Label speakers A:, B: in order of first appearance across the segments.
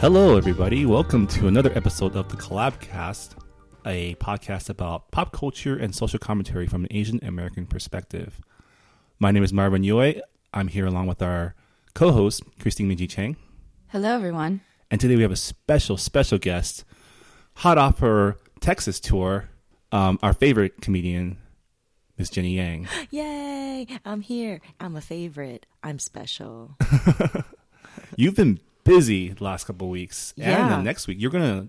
A: Hello, everybody. Welcome to another episode of the Collabcast, a podcast about pop culture and social commentary from an Asian American perspective. My name is Marvin Yoi. I'm here along with our co host, Christine Minji Chang.
B: Hello, everyone.
A: And today we have a special, special guest, hot off her Texas tour, um, our favorite comedian, Miss Jenny Yang.
C: Yay! I'm here. I'm a favorite. I'm special.
A: Uh-huh. You've been busy the last couple of weeks, and
C: Yeah.
A: the next week you're gonna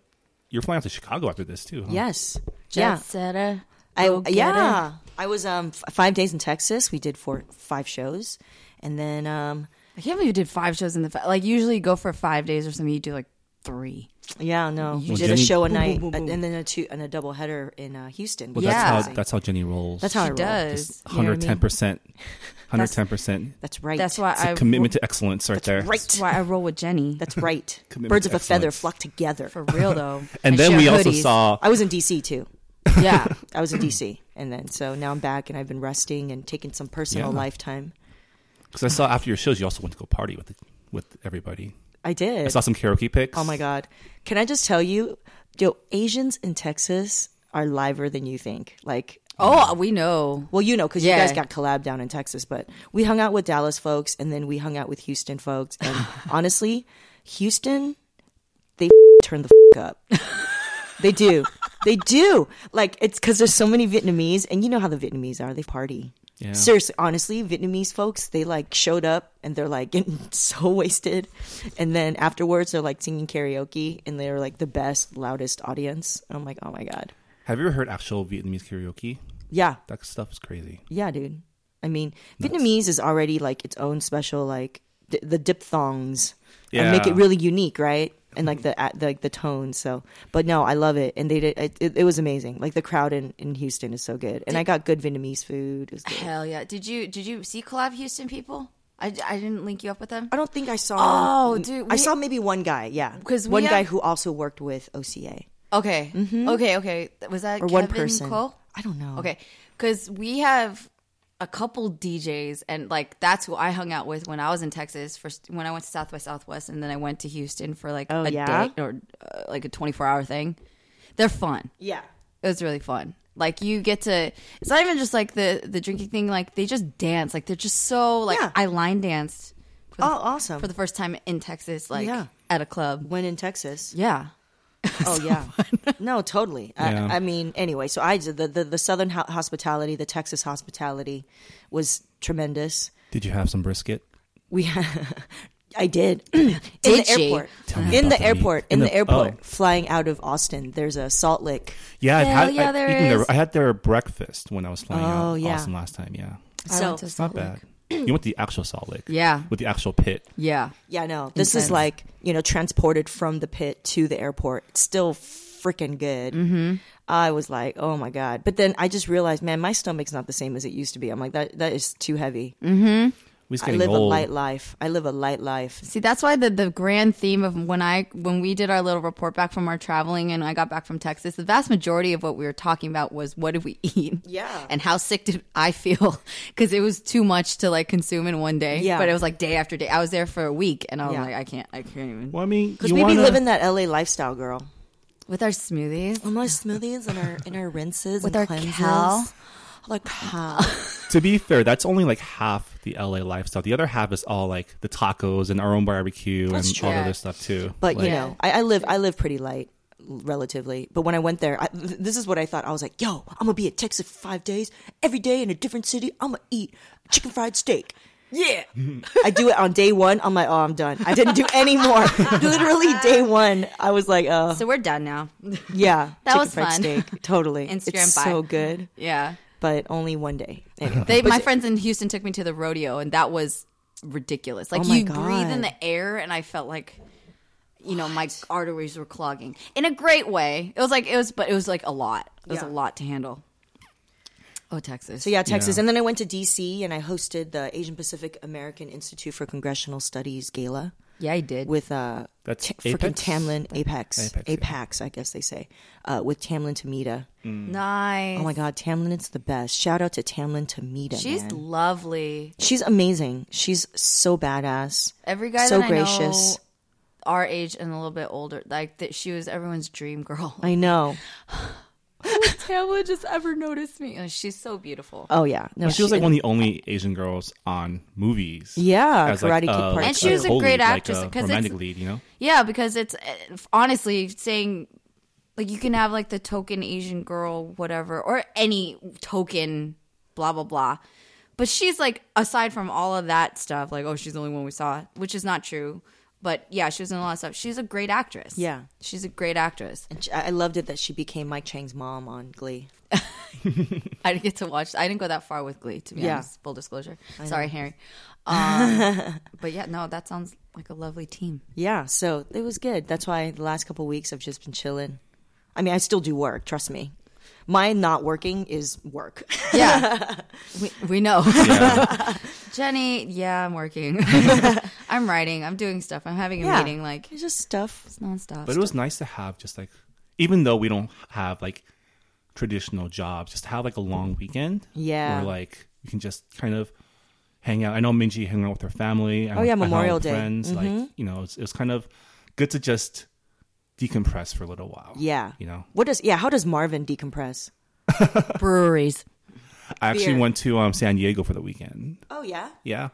A: you're flying out to Chicago after this too. Huh?
C: Yes.
B: Jet
C: yeah.
B: setter.
C: I
B: Go get
C: yeah.
B: it.
C: I was um f- five days in Texas. We did four five shows, and then um
B: I can't believe you did five shows in the fa- like. Usually, you go for five days or something. You do like three.
C: yeah no you
A: Well,
C: did
A: Jenny-
C: a show a
A: Boom,
C: night uh, and then a two and a double header in uh, Houston.
A: Well,
C: which was
B: Yeah.
A: that's how
C: amazing.
A: that's how Jenny rolls.
C: That's how I
B: She
C: roll.
B: does. You know what I
A: Hundred ten
B: mean?
A: percent. Hundred ten percent.
C: That's right.
B: That's why
A: It's
B: I
A: a commitment to excellence right there.
C: Right.
B: That's why I roll with Jenny.
C: That's right.
A: Commitment
C: Birds
A: to
C: of a feather
A: excellence. Uh,
C: flock together.
B: For real though.
A: And then
B: share
A: we also
B: hoodies.
A: saw
C: I was in DC too.
B: Yeah.
C: I was in DC, and then so now I'm back, and I've been resting and taking some personal
A: Yeah.
C: lifetime.
A: because I saw after your shows you also went to go party with with everybody.
C: I did.
A: I saw some karaoke pics.
C: Oh my god! Can I just tell you, yo, Asians in Texas are liver than you think. Like,
B: Oh, we know.
C: well, you know, because
B: Yeah.
C: you guys got collab down in Texas, but we hung out with Dallas folks, and then we hung out with Houston folks. And honestly, Houston, they turn the f- up. they do. They do. Like, it's because there's so many Vietnamese, and you know how the Vietnamese are. They party.
A: Yeah.
C: Seriously, honestly, Vietnamese folks, they like showed up and they're like getting so wasted. And then afterwards, they're like singing karaoke and they're like the best, loudest audience. And I'm like, oh my God.
A: Have you ever heard actual Vietnamese karaoke?
C: Yeah.
A: That stuff is crazy.
C: Yeah, dude. I mean, Vietnamese is already like its own special, like d- the diphthongs uh, make
A: Yeah.
C: it really unique, right? And like the at- like the tone. So, but no, I love it, and they did. It, it, it was amazing. Like the crowd in, in Houston is so good, and I got good Vietnamese food. It was good.
B: Hell yeah. Did you did you see collab Houston people? I, I didn't link you up with them.
C: I don't think I saw.
B: Oh, dude,
C: I
B: we-
C: saw maybe one guy. Yeah,
B: 'Cause we
C: one guy
B: have-
C: who also worked with OCA
B: Okay. Okay. Okay. Was that
C: Mm-hmm. or
B: Kevin
C: one person.
B: Cole?
C: I don't know.
B: Okay, because we have a couple DJs, and like that's who I hung out with when I was in Texas for when I went to South by Southwest, and then I went to Houston for like
C: Oh,
B: a
C: yeah?
B: day or uh, like a twenty four hour thing. They're fun.
C: Yeah.
B: It was really fun. Like you get to, it's not even just like the the drinking thing. Like they just dance. Like they're just so like
C: Yeah.
B: I line danced. For
C: Oh,
B: the,
C: awesome.
B: For the first time in Texas, like
C: Yeah.
B: at a club.
C: when in Texas.
B: Yeah.
C: Oh yeah, no, totally.
A: Yeah.
C: I, I mean, anyway, so I the the, the southern ho- hospitality, the Texas hospitality, was tremendous.
A: Did you have some brisket?
C: We, I did in
B: Did
C: the
B: you?
C: airport,
A: Tell me
C: in
A: about
C: the
A: the
C: airport,
A: meat.
C: in
A: In
C: the,
A: the-
C: airport,
A: oh.
C: flying out of Austin. There's a Salt Lake.
A: Yeah, I've
B: Hell
A: had,
B: yeah,
A: I've
B: there
A: eaten
B: is.
A: Their, I had their breakfast when I was flying
C: Oh,
A: out
C: yeah.
A: Austin last time. Yeah,
B: I
C: So-
B: went to
C: It's
A: not
B: Salt Lake.
A: bad. You went to the actual Salt Lake.
B: Yeah.
A: with the actual pit.
B: Yeah.
C: Yeah, no, this
B: Intense.
C: is like you know transported from the pit to the airport. It's still freaking good. Mm-hmm. I was like, oh my god! But then I just realized, man, my stomach's not the same as it used to be. I'm like, that that is too heavy.
A: We just
C: I
A: getting
C: live a
A: old.
C: light life. I live a light life.
B: See, that's why the, the grand theme of when I when we did our little report back from our traveling and I got back from Texas, the vast majority of what we were talking about was what did we eat?
C: Yeah.
B: And how sick did I feel? Because it was too much to like consume in one day.
C: Yeah.
B: But it was like day after day. I was there for a week and I was
C: Yeah.
B: like, I can't I can't even
A: Well, I mean,
C: Because
A: you
C: we be
A: wanna-
C: living that LA lifestyle, girl.
B: with our smoothies.
C: With our smoothies and our and our rinses
B: With
C: and
B: our
C: cleanses.
B: cal.
C: Our cal.
A: to be fair, that's only like half the LA lifestyle. The other half is all like the tacos and our own barbecue
C: That's
A: and
C: true.
A: all the
B: Yeah.
A: other stuff too.
C: But
A: Like,
C: you know, I, I live I live pretty light relatively. But when I went there, I, th- this is what I thought. I was like, "Yo, I'm gonna be in Texas for five days, every day in a different city. I'm gonna eat chicken fried steak."
B: Yeah.
C: I do it on day one. I'm like, "Oh, I'm done. I didn't do any more." Literally day one, I was like, "Uh,
B: So we're done now.
C: yeah,
B: That
C: chicken
B: was
C: fried
B: fun.
C: steak, totally.
B: Instagram
C: it's
B: buy.
C: so good,
B: yeah.
C: but only one day." Anyway.
B: They my friends in Houston took me to the rodeo and that was ridiculous. Like
C: Oh my
B: you breathe in
C: God.
B: the air and I felt like you know, my arteries were clogging in a great way. It was like it was, but it was like a lot. It was
C: Yeah.
B: a lot to handle. Oh, Texas!
C: So yeah, Texas,
A: Yeah.
C: and then I went to DC and I hosted the Asian Pacific American Institute for Congressional Studies gala
B: yeah, I did.
C: with uh,
A: That's
C: Ta- freaking
A: Apex?
C: Tamlin Apex
A: Apex,
C: Apex,
A: yeah.
C: I guess they say, uh, with Tamlin Tamita.
B: nice.
C: Oh my God, Tamlin, it's the best. Shout out to Tamlin Tamita.
B: she's
C: man.
B: lovely.
C: she's amazing. She's so badass.
B: Every guy
C: so
B: that I
C: gracious.
B: know our age and a little bit older. Like that, she was everyone's dream girl.
C: I know.
B: Tamla just ever noticed me. Oh, she's so beautiful.
C: Oh yeah. No,
A: She was like one of the only Asian girls on movies.
C: Yeah,
A: as,
C: Karate Kid
A: a-
C: Part
B: And she was a
A: whole
B: great
A: lead, like,
B: actress,
A: a
B: 'cause it's-
A: romantic lead, you know.
B: Yeah, because it's eh, honestly saying like you can have like the token Asian girl, whatever, or any token, blah blah blah. But she's like, aside from all of that stuff, like oh, she's the only one we saw, which is not true. But yeah, she was in a lot of stuff. She's a great actress.
C: Yeah.
B: she's a great actress.
C: And she- I I loved it that she became Mike Chang's mom on Glee.
B: I didn't get to watch. I didn't go that far with Glee, to be
C: Yeah.
B: honest. Full disclosure. Sorry, Harry. Um, but yeah, no, that sounds like a lovely team.
C: Yeah, so it was good. That's why the last couple weeks I've just been chilling. I mean, I still do work. Trust me. My not working is work.
B: Yeah, we, we know.
A: Yeah.
B: Jenny, yeah, I'm working. I'm writing. I'm doing stuff. I'm having a
C: Yeah.
B: meeting. Like
C: It's just stuff.
B: it's nonstop.
A: but it was nice to have just like, even though we don't have like traditional jobs, just have like a long weekend.
C: Yeah.
A: Where like you can just kind of hang out. I know Minji hung out with her family. I-
C: Oh, yeah,
A: I hung out
C: Memorial
A: with
C: Day. Mm-hmm.
A: Friends. Like you know, it's it's kind of good to just decompress for a little while.
C: Yeah.
A: You know,
C: What does yeah, how does Marvin decompress?
B: breweries.
A: I actually
C: Beer.
A: went to um, San Diego for the weekend.
C: Oh yeah.
A: Yeah.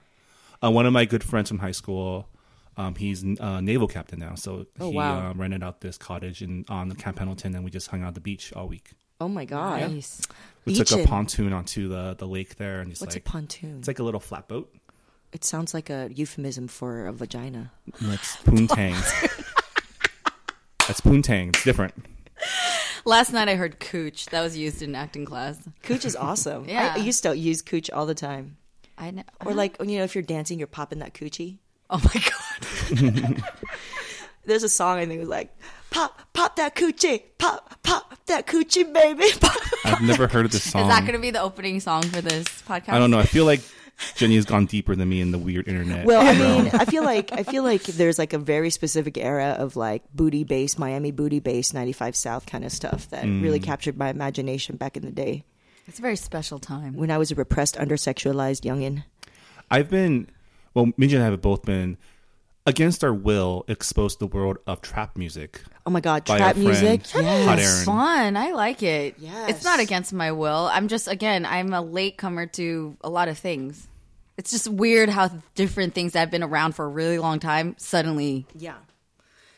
A: Uh, one of my good friends from high school, um, he's a naval captain now. So
C: Oh,
A: he
C: wow.
A: uh, rented out this cottage in, on Camp Pendleton, and we just hung out at the beach all week.
C: Oh my god.
B: Nice.
A: We took a
C: Beachin'.
A: pontoon onto the, the lake there, and just
C: What's
A: like
C: a pontoon?
A: it's like a little flat boat.
C: it sounds like a euphemism for a vagina.
A: That's poontang. That's poontang. It's different.
B: Last night I heard cooch. That was used in acting class.
C: Cooch is awesome. I-
B: Yeah. Uh-huh.
C: I, used to use cooch all the time.
B: I know.
C: Or like you know, if you're dancing, you're popping that coochie.
B: oh my god.
C: There's a song I think it was like pop pop that coochie, pop pop that coochie, baby. Pop.
A: I've never heard of this song.
B: Is that going to be the opening song for this podcast?
A: Um, I don't know. I feel like Jenny has gone deeper than me in the weird internet.
C: Well, I
A: you know?
C: mean, I feel like I feel like there's like a very specific era of like booty bass, Miami booty bass, 95 South kind of stuff that
A: Mm.
C: really captured my imagination back in the day
B: It's a very special time.
C: when I was a repressed, undersexualized youngin.
A: I've been, well, Minji and I have both been, against our will, exposed to the world of trap music.
C: Oh my god,
A: By
C: trap
A: our friend,
C: music.
A: Hot
B: It's
A: Aaron.
B: fun. I like it.
C: Yes.
B: It's not against my will. I'm just again, I'm a latecomer to a lot of things. It's just weird how different things that have been around for a really long time suddenly
C: Yeah.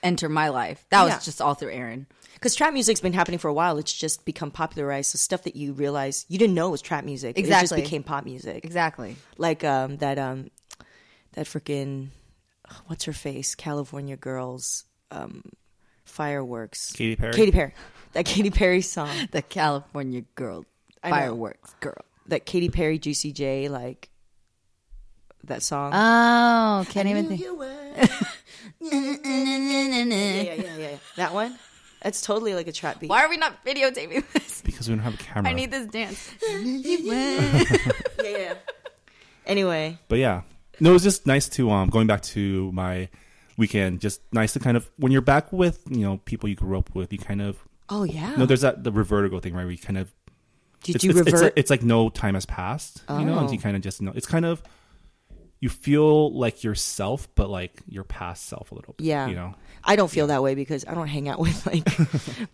B: enter my life. That
C: Yeah.
B: was just all through Aaron.
C: Because trap music's been happening for a while. It's just become popularized. So stuff that you realize you didn't know was trap music. It just
B: Exactly.
C: became pop music.
B: Exactly.
C: Like um, that um, that freaking what's her face California girls um, fireworks.
A: Katy Perry?
C: Katy Perry. That Katy Perry song.
B: The California girl,
C: know.
B: fireworks girl.
C: that Katy Perry Juicy J like that song.
B: Oh, can't even
C: You-
B: think.
C: you were- yeah, yeah, yeah, yeah. That one. That's totally like a trap beat.
B: Why are we not videotaping this?
A: Because we don't have a camera.
B: I need this dance.
C: Yeah, yeah. Anyway,
A: but yeah, no, it was just nice to um going back to my weekend. Just nice to kind of when you're back with you know people you grew up with. You kind of
C: oh yeah.
A: no, there's that the revertigo thing right? Where you kind of
C: Did
A: it's,
C: you
A: it's, it's
C: revert?
A: like- it's like no time has passed. You know, and
C: Oh.
A: you kind of just know it's kind of you feel like yourself, but like your past self a little bit.
C: yeah.
A: you know.
C: I don't feel that way because I don't hang out with like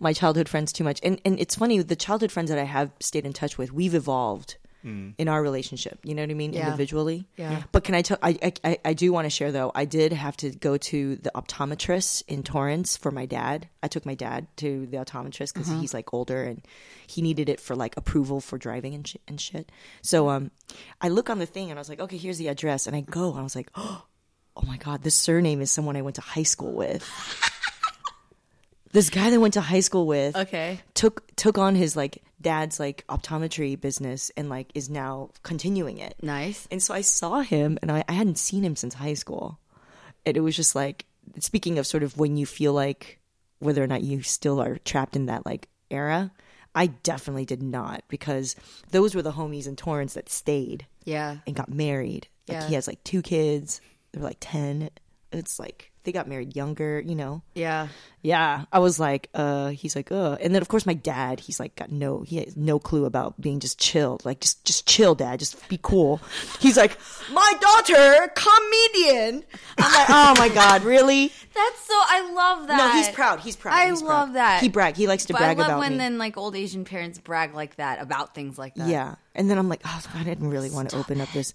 C: my childhood friends too much. And and it's funny the childhood friends that I have stayed in touch with, we've evolved
A: Mm.
C: in our relationship. You know what I mean?
B: Yeah.
C: Individually.
B: Yeah.
C: But can I tell? I I- I, I do want to share though. I did have to go to the optometrist in Torrance for my dad. I took my dad to the optometrist because
B: Mm-hmm.
C: he's like older and he needed it for like approval for driving and shit and shit. So um, I look on the thing and I was like, okay, here's the address, and I go and I was like, oh my god, this surname is someone I went to high school with. this guy that I went to high school with
B: Okay.
C: took took on his like dad's like optometry business and like is now continuing it.
B: Nice.
C: And so I saw him, and I, I hadn't seen him since high school. And it was just like, speaking of sort of when you feel like whether or not you still are trapped in that like era, I definitely did not because those were the homies in Torrance that stayed
B: Yeah.
C: and got married. Like
B: Yeah.
C: he has like two kids, they're like 10. It's like, they got married younger, you know.
B: Yeah.
C: Yeah, I was like, uh, he's like, uh, and then of course my dad, he's like, got no, he has no clue about being just chilled, like just, just chill, dad, just be cool. He's like, my daughter, comedian. I'm like, oh my god, really?
B: That's so. I love that.
C: No, he's proud. He's proud.
B: I
C: He's proud.
B: love that.
C: He brag. He likes to
B: But
C: brag
B: I love
C: about
B: when
C: me.
B: then like old Asian parents brag like that about things like that.
C: yeah, and then I'm like, oh, I didn't really want to open up this.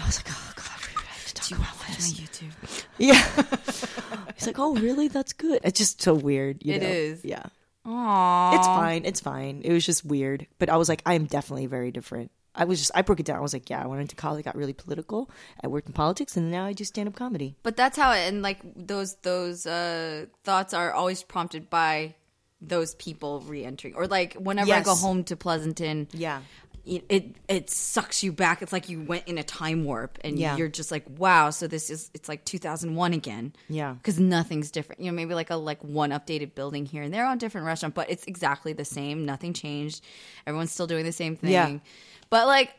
C: I was like, oh god, we have to talk
B: Do you
C: about
B: watch my
C: this.
B: YouTube?
C: Yeah. He's like, oh, really? That's good. It's just so weird. You
B: It
C: know?
B: is.
C: Yeah.
B: Aww.
C: It's fine. It's fine. It was just weird. But I was like, I am definitely very different. I was just, I broke it down. I was like, yeah, I went into college, got really political. I worked in politics, and now I do stand up comedy.
B: But that's how it, and like those those uh, thoughts are always prompted by those people re-entering, or like whenever I go
C: Yes.
B: home to Pleasanton,
C: Yeah.
B: it, it it sucks you back. It's like you went in a time warp, and
C: Yeah.
B: you're just like, wow. So this is it's like 2001 again,
C: Yeah.
B: because nothing's different. You know, maybe like a like one updated building here and there on different restaurant, but it's exactly the same. Nothing changed. Everyone's still doing the same thing.
C: Yeah.
B: But like,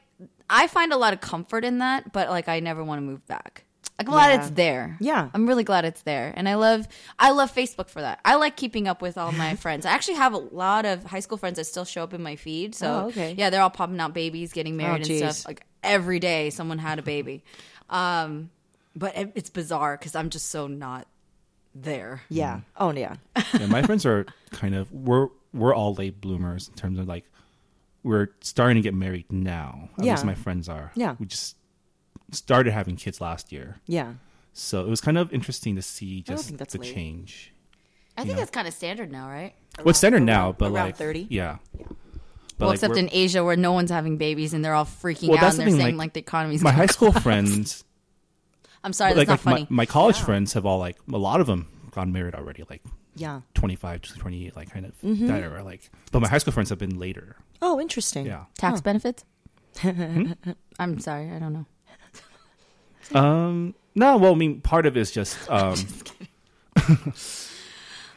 B: I find a lot of comfort in that. But like, I never want to move back. I'm glad
C: Yeah.
B: it's there.
C: Yeah.
B: I'm really glad it's there, and I love I love Facebook for that. I like keeping up with all my friends. I actually have a lot of high school friends that still show up in my feed. So
C: Oh, okay. Oh,
B: yeah, they're all popping out babies, getting married and
C: geez.
B: stuff. Like every day, someone had a baby. Um, but it, it's bizarre because I'm just so not there.
C: Yeah.
A: Mm-hmm.
C: Oh, yeah.
A: Yeah, my friends are kind of we're we're all late bloomers in terms of like we're starting to get married now. At
C: Yeah.
A: least my friends are.
C: Yeah.
A: we just started having kids last year,
C: Yeah.
A: so it was kind of interesting to see
C: don't
A: just
C: think that's
A: the
C: late.
A: change.
B: I think that's kind of standard now, right?
A: Well, it's standard now,
C: around-
A: but
C: around
A: like
C: 30?
A: yeah. But
B: Well,
A: like,
B: except
A: we're-
B: in Asia where no one's having babies and they're all freaking
A: Well,
B: out
A: that's
B: and
A: the
B: they're
A: thing,
B: saying
A: like,
B: like, the economy's.
A: my high
B: going-
A: school friends,
B: I'm sorry,
A: like,
B: that's not
A: like,
B: funny.
A: my, my college friends, have all like a lot of them gotten married already, like
C: Yeah.
A: 25 to 28, like kind of that era. Like, but my high school friends have been later.
C: Oh, interesting.
A: Yeah.
B: Tax benefits.
A: Hmm?
B: I'm sorry, I don't know.
A: Um. No. Well, I mean, part of it is just um.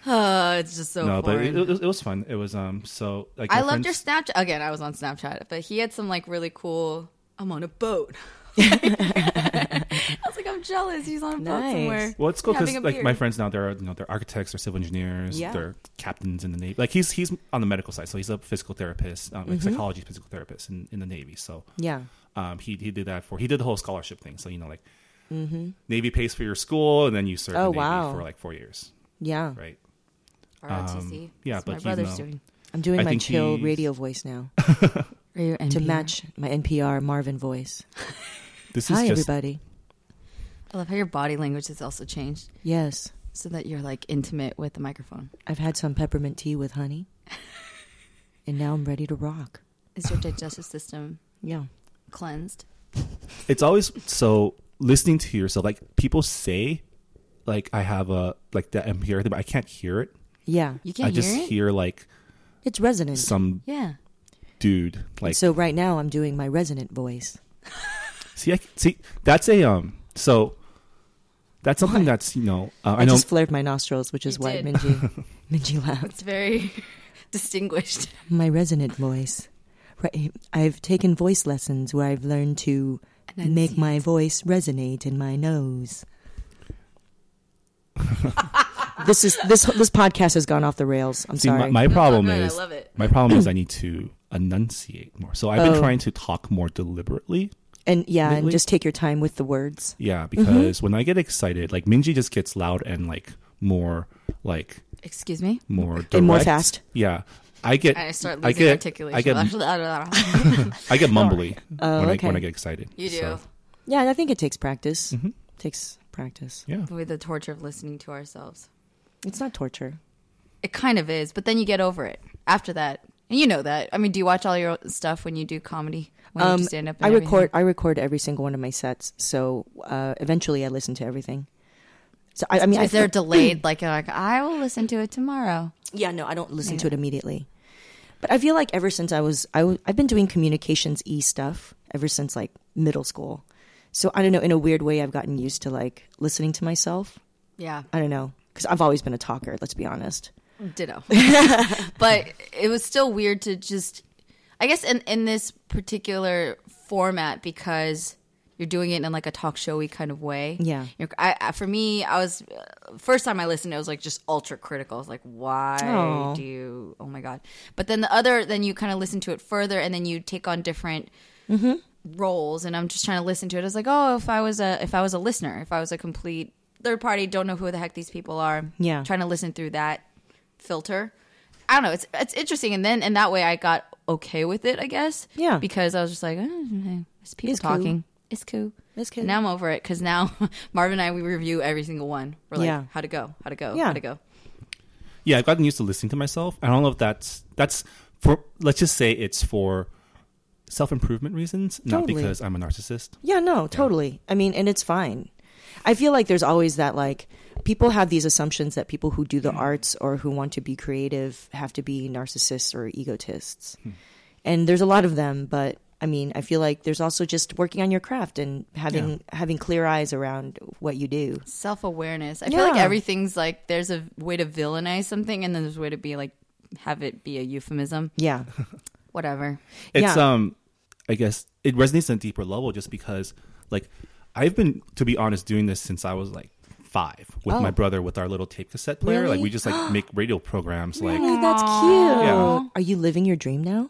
B: Uh, it's just so
A: no, but
B: boring.
A: it, it, was, it was fun. It was um. So like,
B: I
A: my
B: loved your
A: friends-
B: Snapchat. Again, I was on Snapchat, but he had some like really cool. I'm on a boat. I was like, I'm jealous. He's on a boat
C: Nice.
B: somewhere.
A: Well, it's cool because
B: having a
A: like my
B: beer.
A: friends now, they're you know they're architects, they're civil engineers,
C: Yeah.
A: they're captains in the navy. Like he's he's on the medical side, so he's a physical therapist, um, like psychology physical therapist in, in the navy. So
C: Yeah.
A: um, he he did that for he did the whole scholarship thing. So you know like navy pays for your school, and then you serve
C: Oh,
A: the navy
C: wow.
A: for like four years,
C: Yeah.
A: right?
B: ROTC.
A: um, yeah,
B: That's
A: but
B: my
A: you
B: brother's
A: know.
B: doing.
C: I'm doing
A: I
C: my
A: think
C: chill
A: he's- Mm-hmm.
C: radio voice now
B: Are you
C: to
B: NPR?
C: match my NPR Marvin voice.
A: This is
C: Hi,
A: just
C: everybody.
B: I love how your body language has also changed
C: Yes.
B: so that you're like intimate with the microphone.
C: I've had some peppermint tea with honey, and now I'm ready to rock.
B: Is your digestive system
C: Yeah.
B: cleansed?
A: it's always so listening to yourself. Like people say, like I have a like that NPR thing, but I can't hear it.
C: Yeah.
B: You can't
A: I just
B: hear it.
A: like
C: It's resonant.
A: some
B: yeah.
A: dude like
C: so right now I'm doing my resonant voice.
A: see I, see that's a um so that's something that's you know uh, I,
C: I,
A: know
C: just flared my nostrils, which is
B: You
C: why
B: did.
C: Minji Minji laughed.
B: It's very distinguished.
C: My resonant voice. Right. I've taken voice lessons where I've learned to make my voice resonate in my nose. this is this this podcast has gone off the rails. I'm
A: see my,
C: sorry.
A: my problem
B: good, I
A: is
B: love it.
A: my problem is I need to enunciate more. So I've been
C: Oh.
A: trying to talk more deliberately.
C: and yeah, and
A: Lately-
C: just take your time with the words.
A: Yeah, because when I get excited, like Minji just gets loud and like more like
B: Excuse me.
A: more direct.
C: And more fast.
A: Yeah. I get
B: I start
A: I
B: losing
A: get
B: articulation.
A: I get I get mumbly when,
C: Oh, okay.
A: I, when I get excited.
B: you do.
A: So,
C: Yeah, and I think it takes practice. Takes practice.
A: yeah.
B: with the torture of listening to ourselves.
C: It's not torture.
B: It kind of is, but then you get over it after that. And you know that. I mean, do you watch all your stuff when you do comedy? When you do stand up? and
C: Um, I
B: everything?
C: record. I record every single one of my sets. So uh, eventually, I listen to everything. So I, I mean, I
B: Is there delayed? Like, you're like I will listen to it tomorrow.
C: Yeah, no, I don't listen to it immediately. But I feel like ever since I was, I w- I've been doing communications e stuff ever since like middle school. So I don't know. In a weird way, I've gotten used to like listening to myself.
B: Yeah,
C: I don't know because I've always been a talker. Let's be honest.
B: ditto. but it was still weird to just, I guess, in in this particular format because you're doing it in like a talk showy kind of way.
C: Yeah.
B: You're, I, I, for me, I was uh, first time I listened, it was like just ultra critical. I was like, why
C: Aw.
B: do you? Oh my god! But then the other, then you kind of listen to it further, and then you take on different
C: Mm-hmm.
B: roles. And I'm just trying to listen to it. I was like, oh, if I was a if I was a listener, if I was a complete third party, don't know who the heck these people are.
C: Yeah.
B: trying to listen through that filter. I don't know. It's it's interesting, and then and that way I got okay with it, I guess.
C: Yeah.
B: because I was just like, oh, hey, it's people
C: It's cool.
B: talking. It's cool.
C: It's cool.
B: And Now I'm over it because now Marvin and I we review every single one. We're like,
C: Yeah.
B: how to go, how to go,
C: Yeah.
B: how to go.
A: yeah, I've gotten used to listening to myself. I don't know if that's that's for let's just say it's for self improvement reasons, not
C: Totally.
A: because I'm a narcissist.
C: Yeah, no, totally. I mean, and it's fine. I feel like there's always that like people have these assumptions that people who do the arts or who want to be creative have to be narcissists or egotists. And there's a lot of them, but I mean, I feel like there's also just working on your craft and having having clear eyes around what you do.
B: Self awareness. I feel like
C: Yeah.
B: everything's like there's a way to villainize something, and then there's a way to be like have it be a euphemism.
C: Yeah.
B: Whatever.
A: It's
C: Yeah.
A: um, I guess it resonates on a deeper level just because like I've been to be honest doing this since I was like five with my brother with our little tape cassette player. Like
C: Oh. Really?
A: we just like make radio programs. Like
C: Oh, that's cute. Are you living your dream now?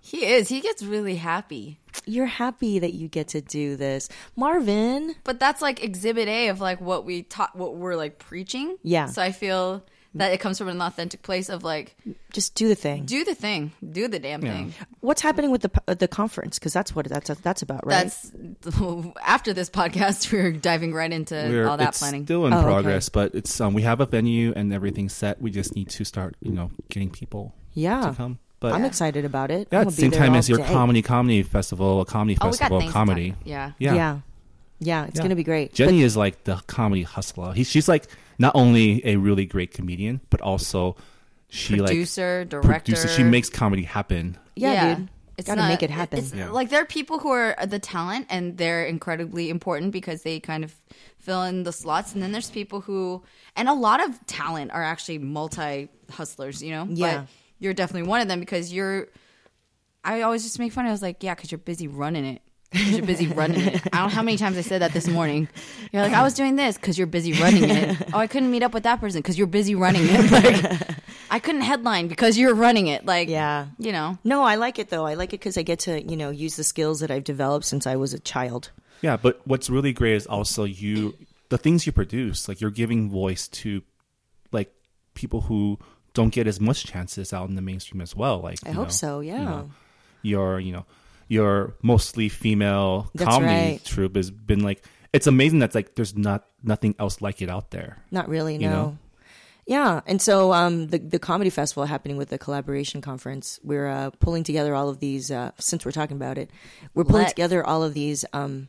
B: He is. He gets really happy.
C: You're happy that you get to do this. Marvin,
B: But that's like exhibit A of like what we taught, what we're like preaching.
C: Yeah.
B: So I feel that it comes from an authentic place of like,
C: just do the thing.
B: do the thing, do the damn thing.
C: What's happening with the uh, the conference? Because that's what that's that's about, right?
B: That's after this podcast, we're diving right into
A: we're
B: all that
A: it's
B: planning.
A: still in
C: Oh, okay.
A: progress, but it's um we have a venue and everything set. We just need to start you know getting people
C: yeah.
A: to come. But
C: I'm excited about it.
A: Yeah,
C: I'm
A: at
C: gonna
A: the
C: be
A: same
C: there
A: time
C: all
A: as your
C: day.
A: comedy comedy festival, a comedy
B: oh, we got
A: festival,
B: things.
A: of
B: to
A: comedy.
B: talk- Yeah.
A: Yeah.
C: yeah, Yeah, it's
A: Yeah.
C: gonna be great.
A: Jenny is like the comedy hustler. He, she's like not only a really great comedian, but also she
B: Producer,
A: like
B: director.
A: She makes comedy happen.
C: But- yeah, dude,
B: It's
C: gotta
B: not-
C: make it happen.
B: it's-
A: Yeah.
B: Like there are people who are uh, the talent and they're incredibly important because they kind of fill in the slots. And then there's people who, and a lot of talent are actually multi hustlers, you know?
C: Yeah.
B: But you're definitely one of them because you're, I always just make fun. I was like, yeah, because you're busy running it. 'Cause You're busy running it. I don't know how many times I said that this morning. You're like, I was doing this because you're busy running it. Oh, I couldn't meet up with that person because you're busy running it. Like, I couldn't headline because you're running it. Like,
C: Yeah.
B: you know.
C: no, I like it though. I like it because I get to you know use the skills that I've developed since I was a child.
A: Yeah, but what's really great is also you the things you produce. Like you're giving voice to like people who don't get as much chances out in the mainstream as well. Like
C: I
A: you
C: hope
A: know,
C: so. Yeah,
A: You know, your you know your mostly female
C: That's
A: comedy
C: right.
A: troupe has been like it's amazing that's like there's not nothing else like it out there.
C: not really. No.
A: You know?
C: Yeah, and so um, the the comedy festival happening with the collaboration conference, we're uh, pulling together all of these. Uh, since we're talking about it, we're pulling
B: Let's.
C: together all of these. Um,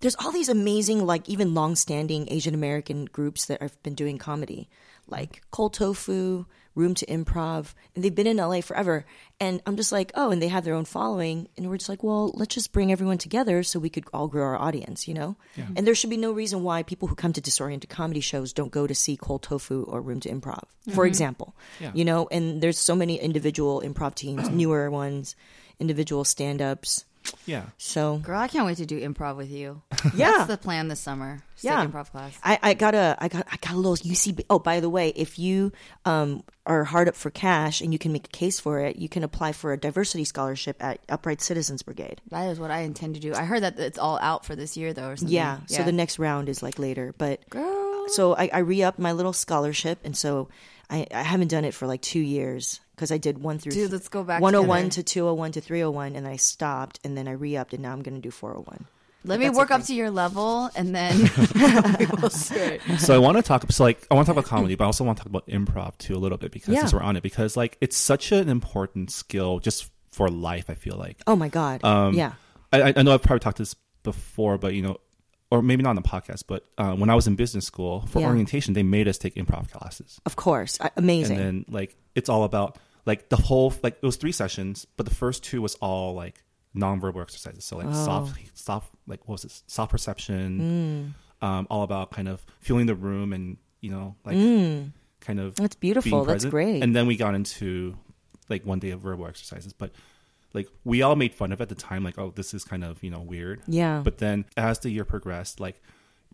C: there's all these amazing, like even long-standing Asian American groups that have been doing comedy, like Cold Tofu, Room to Improv, and they've been in LA forever. And I'm just like, oh, and they have their own following, and we're just like, well, let's just bring everyone together so we could all grow our audience, you know? And there should be no reason why people who come to disoriented comedy shows don't go to see Cold Tofu or Room to Improv, for example. You know, and there's so many individual improv teams, newer ones, individual stand-ups.
A: Yeah.
C: So
B: Girl, I can't wait to do improv with you.
C: yeah,
B: That's the plan this summer. Just
C: Yeah.
B: Take improv class.
C: I, I got a I got I got a little UCB. Oh, by the way, if you um, are hard up for cash and you can make a case for it, you can apply for a diversity scholarship at Upright Citizens Brigade.
B: That is what I intend to do. I heard that it's all out for this year though or something.
C: Yeah. So the next round is like later, but so I, I re up my little scholarship, and so I, I haven't done it for like two years because I did one through
B: Dude, let's go back
C: one hundred one
B: together.
C: to two hundred one to three hundred one, and then I stopped, and then I re upped, and now I'm going to do four hundred one.
B: Let me work up to your level and then we will see.
A: so I want to talk. So like, I want to talk about comedy, but I also want to talk about improv too a little bit because
C: Yeah.
A: since we're on it, because like it's such an important skill just for life. I feel like.
C: Oh my god!
A: Um,
C: yeah,
A: I, I- I know I've probably talked this before, but you know, or maybe not on the podcast, but uh, when I was in business school for
C: Yeah.
A: orientation, they made us take improv classes,
C: of course, I, amazing.
A: and then like it's all about like the whole like it was three sessions, but the first two was all like nonverbal exercises, so like
C: Oh.
A: soft, soft, like what was it, soft perception,
C: Mm.
A: um, all about kind of feeling the room and you know like kind of
C: Mm. That's beautiful.
A: being
C: That's
A: present.
C: great.
A: And then we got into like one day of verbal exercises, but like we all made fun of at the time, like, oh, this is kind of, you know, weird.
C: Yeah.
A: But then as the year progressed, like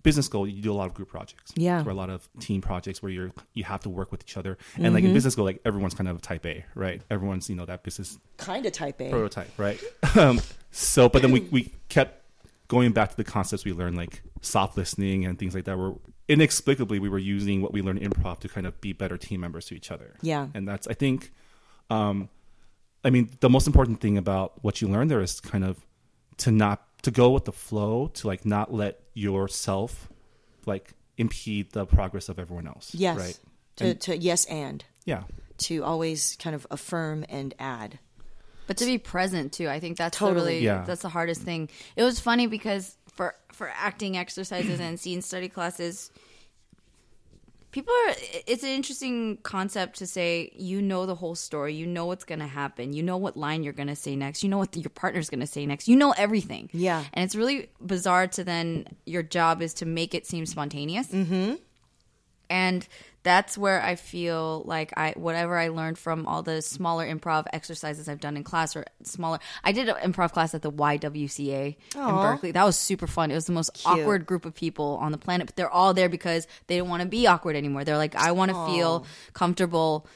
A: business goal, you do a lot of group projects.
C: Yeah.
A: Or a lot of team projects where you're you have to work with each other. And like in business goal, like everyone's kind of type A, right? Everyone's, you know, that business
C: kind of type A.
A: prototype, right? um, so, but then we, we kept going back to the concepts we learned, like soft listening and things like that. Where inexplicably we were using what we learned in improv to kind of be better team members to each other.
C: Yeah.
A: and that's I think, um, I mean, the most important thing about what you learn there is kind of to not to go with the flow, to like not let yourself like impede the progress of everyone else.
C: Yes.
A: right.
C: To, to yes and
A: Yeah,
C: to always kind of affirm and add.
B: but to be present too i think that's the
C: Totally.
B: really
A: Yeah.
B: that's the hardest thing it was funny because for for acting exercises and scene study classes people are it's an interesting concept to say you know the whole story you know what's going to happen you know what line you're going to say next you know what your partner's going to say next you know everything
C: Yeah.
B: and it's really bizarre to then your job is to make it seem spontaneous and that's where i feel like i whatever i learned from all the smaller improv exercises i've done in class or smaller i did an improv class at the ywca in berkeley that was super fun it was the most awkward group of people on the planet but they're all there because they don't want to be awkward anymore they're like i want to feel comfortable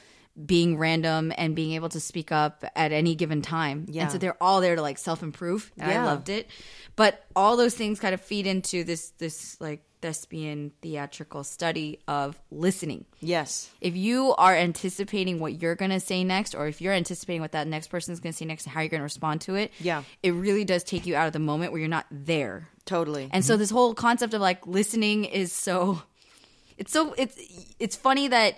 B: being random and being able to speak up at any given time
C: Yeah.
B: and so they're all there to like self-improve and
C: Yeah.
B: i loved it but all those things kind of feed into this this like thespian theatrical study of listening
C: Yes.
B: if you are anticipating what you're going to say next or if you're anticipating what that next person's going to say next and how you're going to respond to it
C: Yeah.
B: it really does take you out of the moment where you're not there
C: Totally.
B: and so
A: Mm-hmm.
B: this whole concept of like listening is so it's so it's it's funny that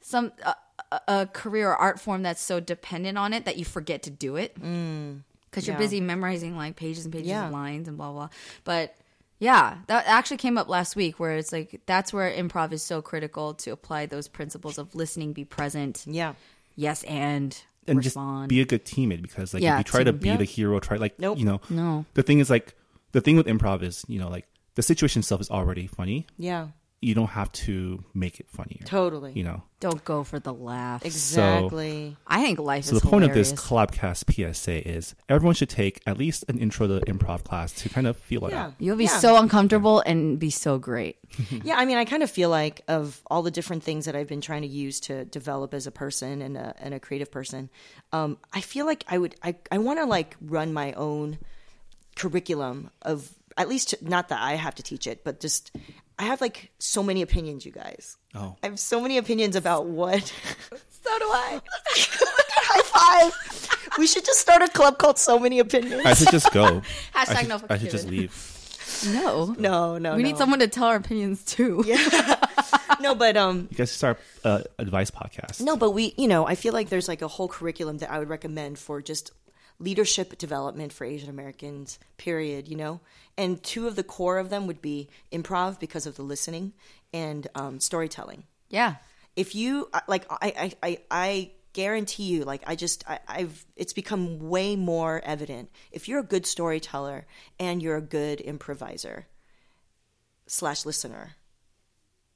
B: some a, a- a career or art form that's so dependent on it that you forget to do it
A: Mm.
B: because you're
C: yeah.
B: busy memorizing like pages and pages
C: Yeah.
B: of lines and blah blah. But yeah, that actually came up last week where it's like that's where improv is so critical to apply those principles of listening, be present,
C: yeah.
B: yes, and,
A: and
B: respond.
A: just be a good teammate because like
B: Yeah,
A: if you try to
B: team-
A: be
C: yeah.
A: the hero try like
C: Nope.
A: you know
B: No.
A: the thing is like the thing with improv is you know like the situation itself is already funny
C: Yeah.
A: you don't have to make it funnier
C: Totally.
A: you know
B: Don't go for the laugh.
C: Exactly.
B: I think life
A: so
B: is
A: the point
B: hilarious.
A: of this collabcast psa is everyone should take at least an intro to improv class to kind of feel it
C: yeah.
A: out
B: You'll be
C: yeah.
B: so uncomfortable and be so great.
C: Yeah, I mean, I kind of feel like of all the different things that I've been trying to use to develop as a person and a and a creative person, um, I feel like I would I I want to like run my own curriculum of at least not that I have to teach it, but just I have like so many opinions, you guys.
A: Oh.
C: I have so many opinions about what.
B: So do I.
C: High five! We should just start a club called So Many Opinions.
A: i should just go
B: Hashtag
A: I should,
B: no fucking
A: I should just
B: kidding.
A: leave
B: No.
C: No, no,
B: We
C: no.
B: need someone to tell our opinions too.
C: No, but um,
A: you guys should start uh, advice podcast
C: No, but we, you know, I feel like there's like a whole curriculum that I would recommend for just leadership development for Asian Americans, period, you know? And two of the core of them would be improv because of the listening and um, storytelling.
B: Yeah.
C: If you, I- like, I, I, I, I guarantee you, like, I just, I, I've, it's become way more evident. If you're a good storyteller and you're a good improviser slash listener,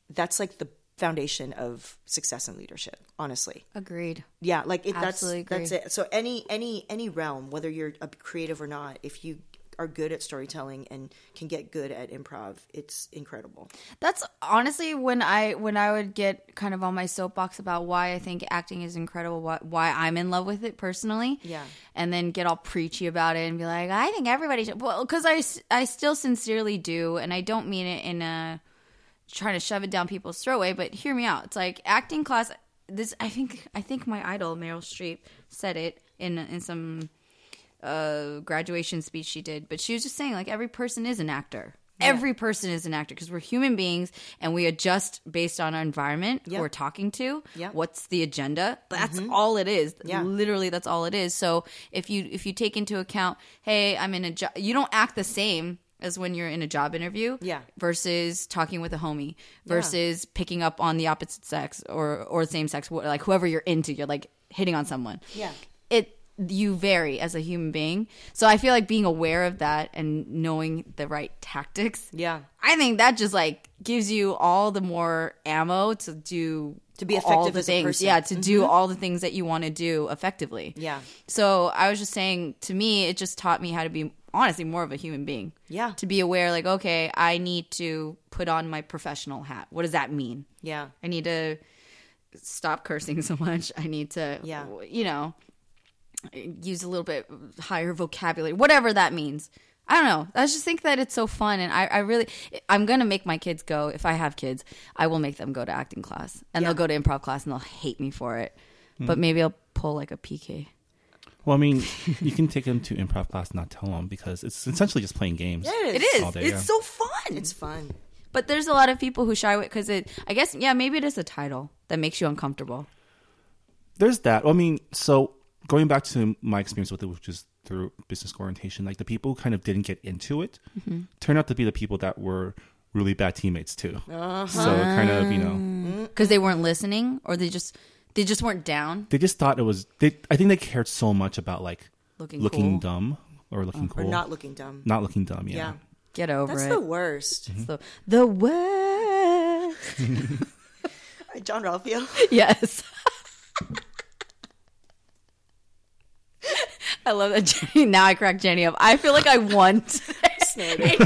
C: that's like the foundation of success in leadership, honestly.
B: Agreed.
C: Yeah, like it, that's
B: Absolutely agree.
C: that's it. So any any any realm, whether you're a creative or not, if you are good at storytelling and can get good at improv, it's incredible.
B: That's honestly when I when I would get kind of on my soapbox about why I think acting is incredible, why, why I'm in love with it personally.
C: Yeah.
B: And then get all preachy about it and be like, I think everybody should. Well, because I, s- I still sincerely do, and I don't mean it in a trying to shove it down people's throat way, but hear me out. It's like acting class. This I think I think my idol Meryl Streep said it in in some uh, graduation speech she did, but she was just saying like every person is an actor. Every person is an actor because we're human beings and we adjust based on our environment who
C: Yeah.
B: we're talking to.
C: Yeah.
B: What's the agenda? That's all it is.
C: Mm-hmm. Yeah.
B: Literally, that's all it is. So if you if you take into account, hey, I'm in a job, you don't act the same as when you're in a job interview.
C: Yeah.
B: Versus talking with a homie. Versus picking up on the opposite sex or or same sex, wh- like whoever you're into. You're like hitting on someone
C: Yeah.
B: it you vary as a human being. So I feel like being aware of that and knowing the right tactics.
C: Yeah.
B: I think that just like gives you all the more ammo to do
C: To be
B: all
C: effective
B: the
C: as a
B: things.
C: person. Mm-hmm.
B: Yeah, to do all the things that you want to do effectively.
C: Yeah.
B: So I was just saying, to me, it just taught me how to be honestly more of a human being.
C: Yeah.
B: To be aware, like, okay, I need to put on my professional hat. What does that mean?
C: Yeah.
B: I need to stop cursing so much. I need to,
C: Yeah.
B: you know, use a little bit higher vocabulary, whatever that means. I don't know. I just think that it's so fun, and I, I really, I'm gonna make my kids go. If I have kids, I will make them go to acting class, and they'll go to improv class, and they'll hate me for it. But maybe I'll pull like a PK.
A: Well, I mean, you can take them to improv class and not tell them because it's essentially just playing games.
B: It is.
A: Oh, there you
B: it's
A: go.
B: so fun.
C: It's fun.
B: but there's a lot of people who shy away because it. I guess yeah, maybe it is a title that makes you uncomfortable.
A: There's that. I mean, so going back to my experience with it, which is through business orientation, like the people who kind of didn't get into it
C: Mm-hmm.
A: turned out to be the people that were really bad teammates too.
C: Uh-huh.
A: So kind of, you know,
B: because they weren't listening or they just they just weren't down
A: they just thought it was. They, I think they cared so much about like
B: Looking cool.
A: dumb or looking cool,
C: Or not looking dumb.
A: Not looking dumb. Yeah.
C: yeah.
B: get over
C: That's
B: it
C: the worst.
B: It's the, the worst Mm-hmm.
C: John Ralphio.
B: yes I love that Jenny. Now I crack Jenny up. I feel like I won. today.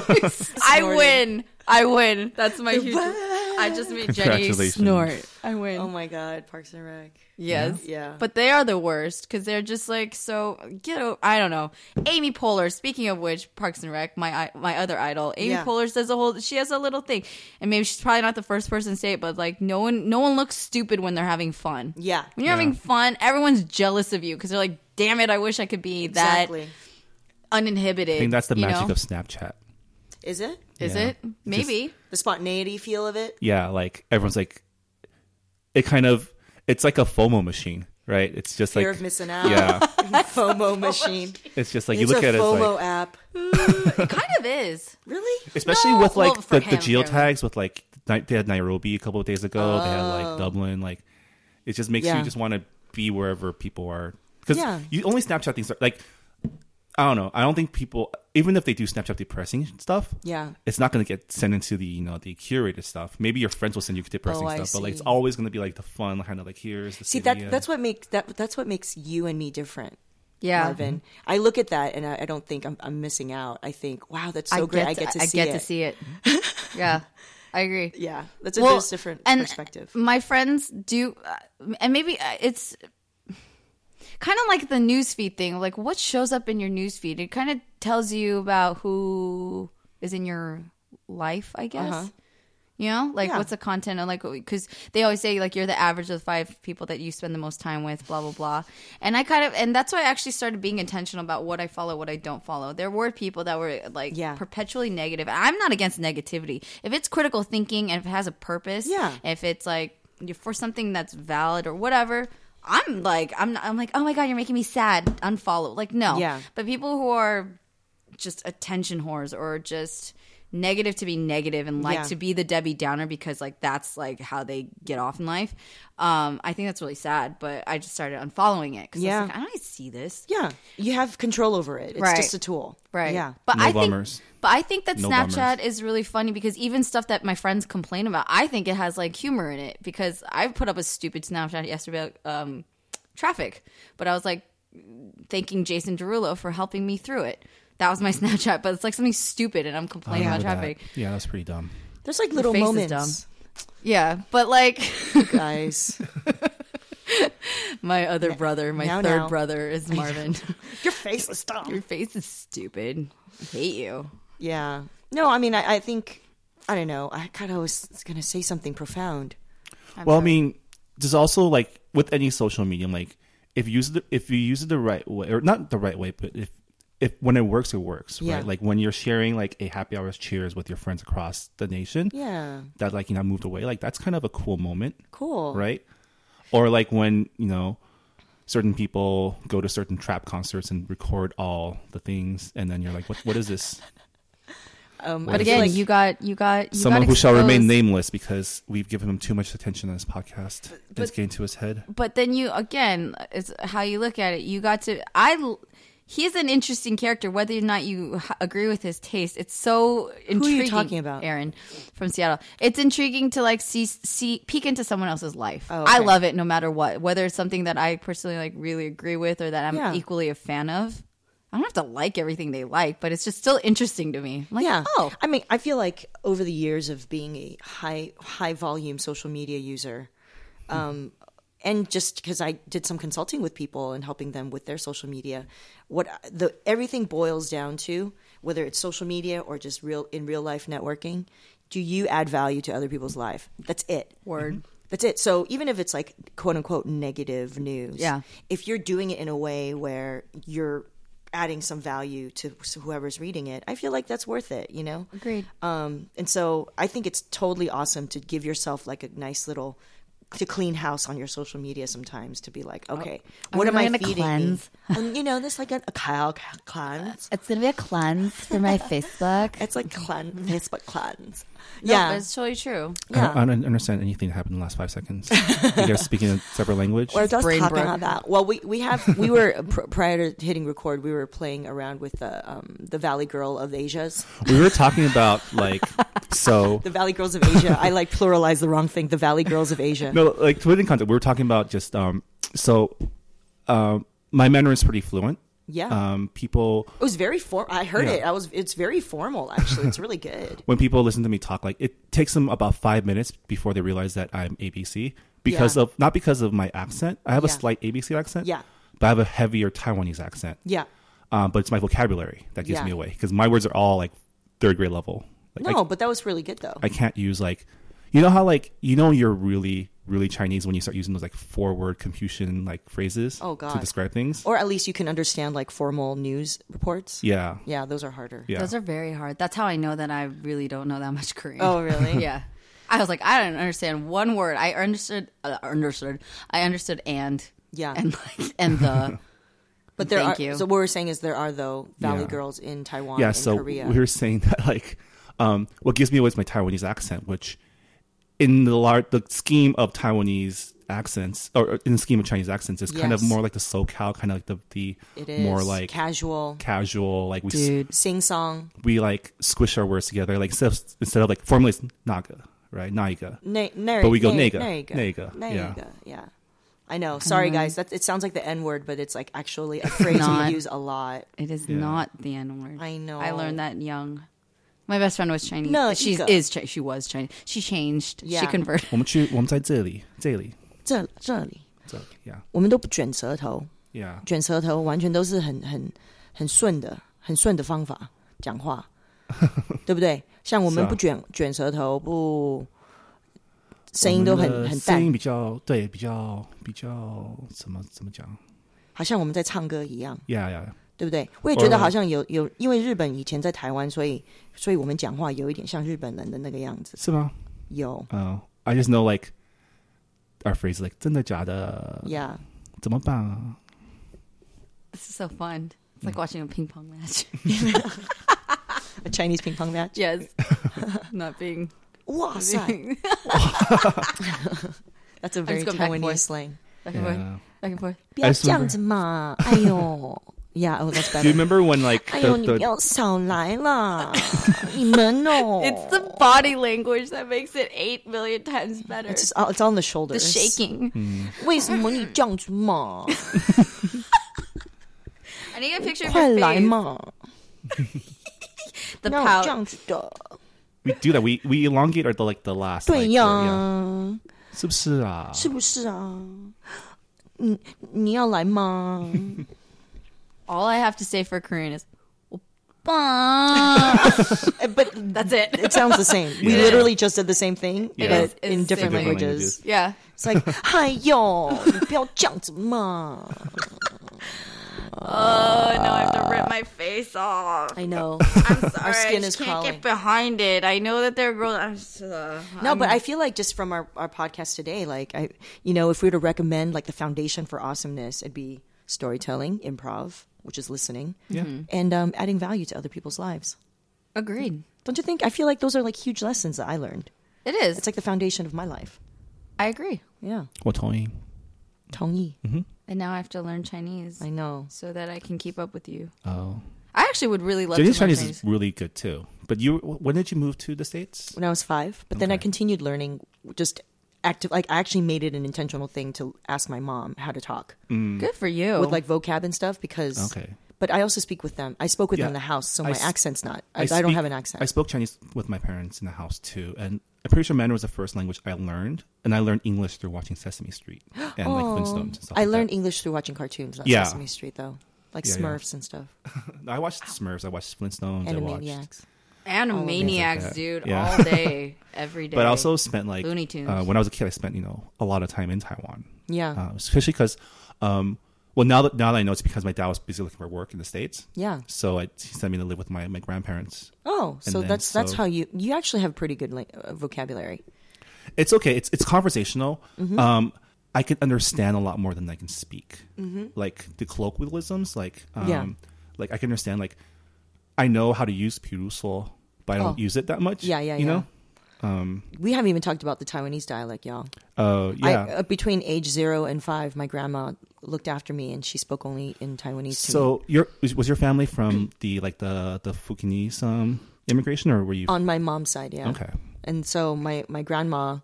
B: I win. I win. That's my huge. I just made Jenny
A: Congratulations.
B: snort. I win.
C: Oh my God, Parks and Rec.
B: Yes.
C: Yeah.
B: But they are the worst because they're just like so. Get over, I don't know. Amy Poehler. Speaking of which, Parks and Rec, my i- my other idol, Amy
C: Yeah.
B: Poehler does a whole. She has a little thing, and maybe she's probably not the first person to say it, but like no one no one looks stupid when they're having fun.
C: Yeah.
B: When you're having fun, everyone's jealous of you because they're like, "Damn it, I wish I could be
C: Exactly.
B: that uninhibited."
A: I think that's the
B: you
A: magic
B: know?
A: of Snapchat.
C: Is it?
B: Is
A: Yeah.
B: it? Maybe.
C: The spontaneity feel of it?
A: Yeah, like everyone's like, it kind of, it's like a FOMO machine, right? It's just
C: Fear
A: like,
C: of missing out.
A: yeah,
C: FOMO machine.
A: it's just like
C: It's
A: you look
C: a
A: at it, it's
C: FOMO
A: like,
C: app.
B: it kind of is.
C: Really?
A: especially
B: No,
A: with like
B: well, for
A: the, the
B: him,
A: geotags with like Ni- they had Nairobi a couple of days ago, they had like Dublin, like it just makes
C: Oh. Yeah.
A: you just want to be wherever people are because
C: Yeah.
A: you only Snapchat things are, like. I don't know. I don't think people, even if they do Snapchat depressing stuff,
C: Yeah.
A: it's not going to get sent into the you know the curated stuff. Maybe your friends will send you depressing
C: Oh, I
A: stuff, but like it's
C: see.
A: always going to be like the fun kind of like here's the
C: See that
A: city, uh,
C: that's what makes that that's what makes you and me different,
B: Mm-hmm. Yeah.
C: Marvin. I look at that and I, I don't think I'm, I'm missing out. I think, wow, that's so great. I get to see
B: I get to
C: it.
B: see it. yeah. I agree.
C: Yeah, that's a
B: Well,
C: there's different
B: and
C: perspective.
B: My friends do, uh, and maybe uh, it's kind of like the newsfeed thing. Like what shows up in your newsfeed, it kind of tells you about who is in your life, I guess.
C: Uh-huh.
B: You know, like
C: Yeah.
B: what's the content of like because they always say like you're the average of five people that you spend the most time with, blah blah blah. And I kind of and that's why I actually started being intentional about what I follow, what I don't follow. There were people that were like
C: Yeah.
B: perpetually negative. I'm not against negativity if it's critical thinking and if it has a purpose.
C: Yeah.
B: if it's like you're for something that's valid or whatever. I'm like I'm not, I'm like oh my god, you're making me sad. Unfollow. Like no.
C: Yeah.
B: But people who are just attention whores or just negative to be negative and like
C: Yeah.
B: to be the Debbie Downer because like that's like how they get off in life. Um, I think that's really sad, but I just started unfollowing it because I
C: Yeah.
B: was like, I don't see this.
C: Yeah, you have control over it. It's
B: Right.
C: just a tool.
B: Right.
C: Yeah.
B: But
A: No
B: I think
A: bummers.
B: but I think that
A: No
B: Snapchat
A: bummers.
B: is really funny because even stuff that my friends complain about, I think it has like humor in it because I put up a stupid Snapchat yesterday about um, traffic, but I was like thanking Jason Derulo for helping me through it. That was my Snapchat, but it's like something stupid and I'm
A: I
B: complaining about
A: remember
B: traffic.
A: That. Yeah, that's pretty dumb.
C: There's like little
B: face is
C: moments,
B: Yeah, but like
C: guys.
B: my other brother, my
C: Now,
B: third
C: now.
B: brother is Marvin.
C: Your face is
B: Your
C: dumb.
B: face is stupid. I hate you.
C: Yeah. No, I mean, I, I think I don't know. I kind of was gonna say something profound.
A: well, I mean, there's also like with any social medium, like if you use it, if you use it the right way, or not the right way, but if if when it works, it works,
C: Yeah.
A: right? Like when you're sharing like a happy hours cheers with your friends across the nation,
C: Yeah.
A: that like you know moved away, like that's kind of a cool moment,
C: Cool.
A: right? Or like when you know certain people go to certain trap concerts and record all the things, and then you're like, what what is this?
C: Um,
B: But again, you got you got you
A: Someone
B: got
A: who shall remain
B: exposed.
A: nameless because we've given him too much attention on this podcast. it's getting to his head.
B: but then you again it's how you look at it you got to i l- he's an interesting character, whether or not you h- agree with his taste. It's so intriguing.
C: talking about?
B: Aaron from Seattle. It's intriguing to like see see peek into someone else's life.
C: Oh, okay.
B: I love it no matter what, whether it's something that I personally like really agree with or that I'm
C: Yeah.
B: equally a fan of. I don't have to like everything they like, but it's just still interesting to me. I'm like,
C: yeah.
B: oh,
C: I mean, I feel like over the years of being a high high volume social media user, um, and just because I did some consulting with people and helping them with their social media, what I- the everything boils down to, whether it's social media or just real in real life networking, do you add value to other people's life? That's it.
B: word.
C: That's it. So even if it's like quote unquote negative news,
B: Yeah.
C: if you're doing it in a way where you're adding some value to whoever's reading it, I feel like that's worth it, you know?
B: Agreed.
C: Um, and so I think it's totally awesome to give yourself like a nice little to clean house on your social media sometimes to be like, okay,
B: Oh,
C: what
B: we
C: am I
B: gonna
C: feeding? me?
B: cleanse?
C: and you know, this like a, a Kyle cleanse.
B: It's gonna be a cleanse for my Facebook.
C: It's like cleanse, Facebook cleanse.
B: yeah,
C: yeah.
B: but it's totally true.
A: I, don't, I don't understand anything that happened in the last five seconds. you guys speaking a separate language.
C: We're just
B: brain
C: talking
B: broken.
C: about that. Well, we, we have we were pr- prior to hitting record, we were playing around with the um, the Valley Girl of Asia's
A: We were talking about like so.
C: the Valley Girls of Asia. I like pluralize the wrong thing. The Valley Girls of Asia.
A: No, like to put it in context, we were talking about just um. So, um, my Mandarin's pretty fluent.
C: Yeah.
A: Um, people
C: It was very form. I heard
A: Yeah.
C: it. I was. It's very formal. Actually, it's really good.
A: when people listen to me talk, like it takes them about five minutes before they realize that I'm ABC because
C: Yeah.
A: of not because of my accent. I have a
C: Yeah.
A: slight ABC accent.
C: Yeah.
A: But I have a heavier Taiwanese accent.
C: Yeah.
A: Um, but it's my vocabulary that gives
C: Yeah.
A: me away because my words are all like third grade level. Like, I-
C: No, but that was really good though.
A: I can't use like you know how like you know you're really really Chinese when you start using those like four word Confucian like phrases
C: Oh,
A: to
C: God.
A: describe things.
C: or at least you can understand like formal news reports.
A: yeah.
C: Yeah, those are harder.
A: Yeah.
B: Those are very hard. That's how I know that I really don't know that much Korean.
C: Oh, really?
B: yeah. I was like, I don't understand one word. I understood, uh, understood. I understood and
C: Yeah.
B: and like and the.
C: But there
B: Thank
C: are.
B: you.
C: So what we're saying is there are though Valley
A: Yeah.
C: Girls in Taiwan.
A: yeah
C: and
A: so
C: Korea.
A: we were saying that like um what gives me away is my taiwanese accent which in the large the scheme of taiwanese accents or in the scheme of chinese accents is kind of
C: Yes.
A: more like the socal kind of like the the
C: It is
A: more like
C: casual
A: casual like we s-
C: sing song.
A: we like squish our words together like instead of, instead of like formally it's naga right naiga
C: Na- nar-
A: But we go
C: na-
A: nega,
C: nega,
A: nega, yeah.
C: nega, yeah. I know. Sorry, guys. That it sounds like the N word, but it's like actually a phrase
B: Not.
C: we use a lot.
B: It is not the N word.
C: I know.
B: I learned that young. My best friend was Chinese.
C: No,
B: she
C: ego.
B: is. Chi- She was Chinese. She changed. She
C: Yeah.
B: converted.
A: 我们去-我们在这里-这里-
C: 这-这里，
A: 这里- yeah
C: 我们都不卷舌头，
A: yeah
C: 卷舌头完全都是很-很-很顺的- 很顺的方法讲话，对不对？像我们
A: 是啊。
C: 不卷-卷舌头，不-声音都很-
A: 我
C: 很淡，
A: 们的声音比较-对，比较-比较怎么-怎么讲？
C: 好像我们在唱歌一样。
A: Yeah, yeah, yeah.
C: 对不对？我也觉
A: Or-
C: 得好像有有，因为日本以前在台湾，所以所以我们讲话有一点像日本人的那个样子。
A: 是吗？
C: 有
A: 哦、i Oh, just know like our phrase like 真的假的
C: ，Yeah，
A: 怎么办啊？
B: This is so fun. It's like watching a ping pong match.
C: a Chinese ping pong match。
B: yes, not being.
C: 哇塞，That's a
B: just
C: very
B: going back and forth.
C: Taiwanese slang。
B: Back and forth. Back and forth.
C: 不
A: 哎是
C: 要
A: 不是
C: 这样子嘛！哎呦，Yeah，oh that's
A: Do you
C: better。
A: remember when like
C: 哎
A: the-
C: 呦，你
A: the-
C: 不要少来啦！你们哦
B: It's the body language that makes it eight million times better.
C: It's all, it's all on the
B: the
C: shoulders.
B: shaking.
C: 为什么你这样子嘛？
B: I need a picture of
C: 快
B: your
C: 来
B: face.
C: 嘛！
B: The
C: 哪有这
B: pout.
C: 样子的？
A: we do that we we elongate or the like the last
C: 对
A: like,
C: 呀。
A: the- yeah. 是不是啊？
C: 是不是啊？你你要来吗？
B: All I have to say for Korean is, "Oppa."
C: Uh, but
B: that's it.
C: it sounds the same. We
A: Yeah.
C: literally just did the same thing,
A: Yeah.
C: but
A: It's-
B: it's
C: in
B: different
C: different
A: languages.
C: languages.
B: Yeah.
C: It's like, hi yo, 不要这样子嘛.
B: Oh no, I have to rip my face off.
C: I know.
B: I'm sorry.
C: Our skin
B: I
C: is
B: just can't
C: crawling.
B: get behind it. I know that they're grown. I'm just, uh,
C: No, but I feel like just from our, our podcast today, like I, you know, if we were to recommend like the foundation for awesomeness, it'd be storytelling, improv, which is listening,
A: Yeah.
C: and um, adding value to other people's lives.
B: agreed.
C: Don't you think? I feel like those are like huge lessons that I learned.
B: It is.
C: It's like the foundation of my life.
B: I agree.
C: Yeah.
A: 我同意。
C: Tongi.
A: Mm-hmm.
B: And now I have to learn Chinese
C: I know.
B: so that I can keep up with you.
A: Oh,
B: I actually would really love
A: Chinese
B: to learn
A: Chinese
B: Chinese.
A: is really good too. But you, when did you move to the states?
C: When I was five, but then I continued learning just active. Like I actually made it an intentional thing to ask my mom how to talk
B: Good for you.
C: with like vocab and stuff because.
A: Oh. Okay.
C: But I also speak with them. I spoke with
A: Yeah.
C: them in the house, so
A: I
C: my
A: s-
C: accent's not. I, I don't
A: speak-
C: have an accent.
A: I spoke Chinese with my parents in the house too, and I'm pretty sure Mandarin was the first language I learned, and I learned English through watching Sesame Street and like Flintstones. And stuff
C: Oh, I
A: like
C: learned English through watching cartoons, not
A: Yeah.
C: Sesame Street though, like
A: Yeah, yeah.
C: Smurfs and stuff,
A: That. I watched Smurfs. I watched Flintstones. I watched,
C: Animaniacs.
B: Animaniacs,
A: that.
B: dude,
A: Yeah.
B: all day, every day.
A: but I also spent like
B: Looney Tunes.
A: Uh, when I was a kid, I spent you know a lot of time in Taiwan.
C: Yeah.
A: uh, especially because, um, well now that now that I know it's because my dad was busy looking for work in the states.
C: Yeah.
A: So I, he sent me to live with my my grandparents.
C: Oh, so
A: then-
C: that's that's
A: so-
C: how you you actually have pretty good la- uh, vocabulary.
A: It's okay. It's it's conversational.
C: Mm-hmm.
A: Um, I can understand a lot more than I can speak. Like the colloquialisms, like um,
C: Mm-hmm. Yeah.
A: like I can understand. Like I know how to use piruso, but I don't
C: Oh.
A: use it that much.
C: Yeah, yeah,
A: You
C: yeah.
A: know. Um,
C: We haven't even talked about the Taiwanese dialect, y'all.
A: Uh, yeah.
C: I, uh, between age zero and five, my grandma looked after me, and she spoke only in Taiwanese. to me.
A: So your was- was your family from the like the the Fukinese um, immigration or were you
C: on my mom's side, Oh, yeah.
A: okay?
C: And so my my grandma,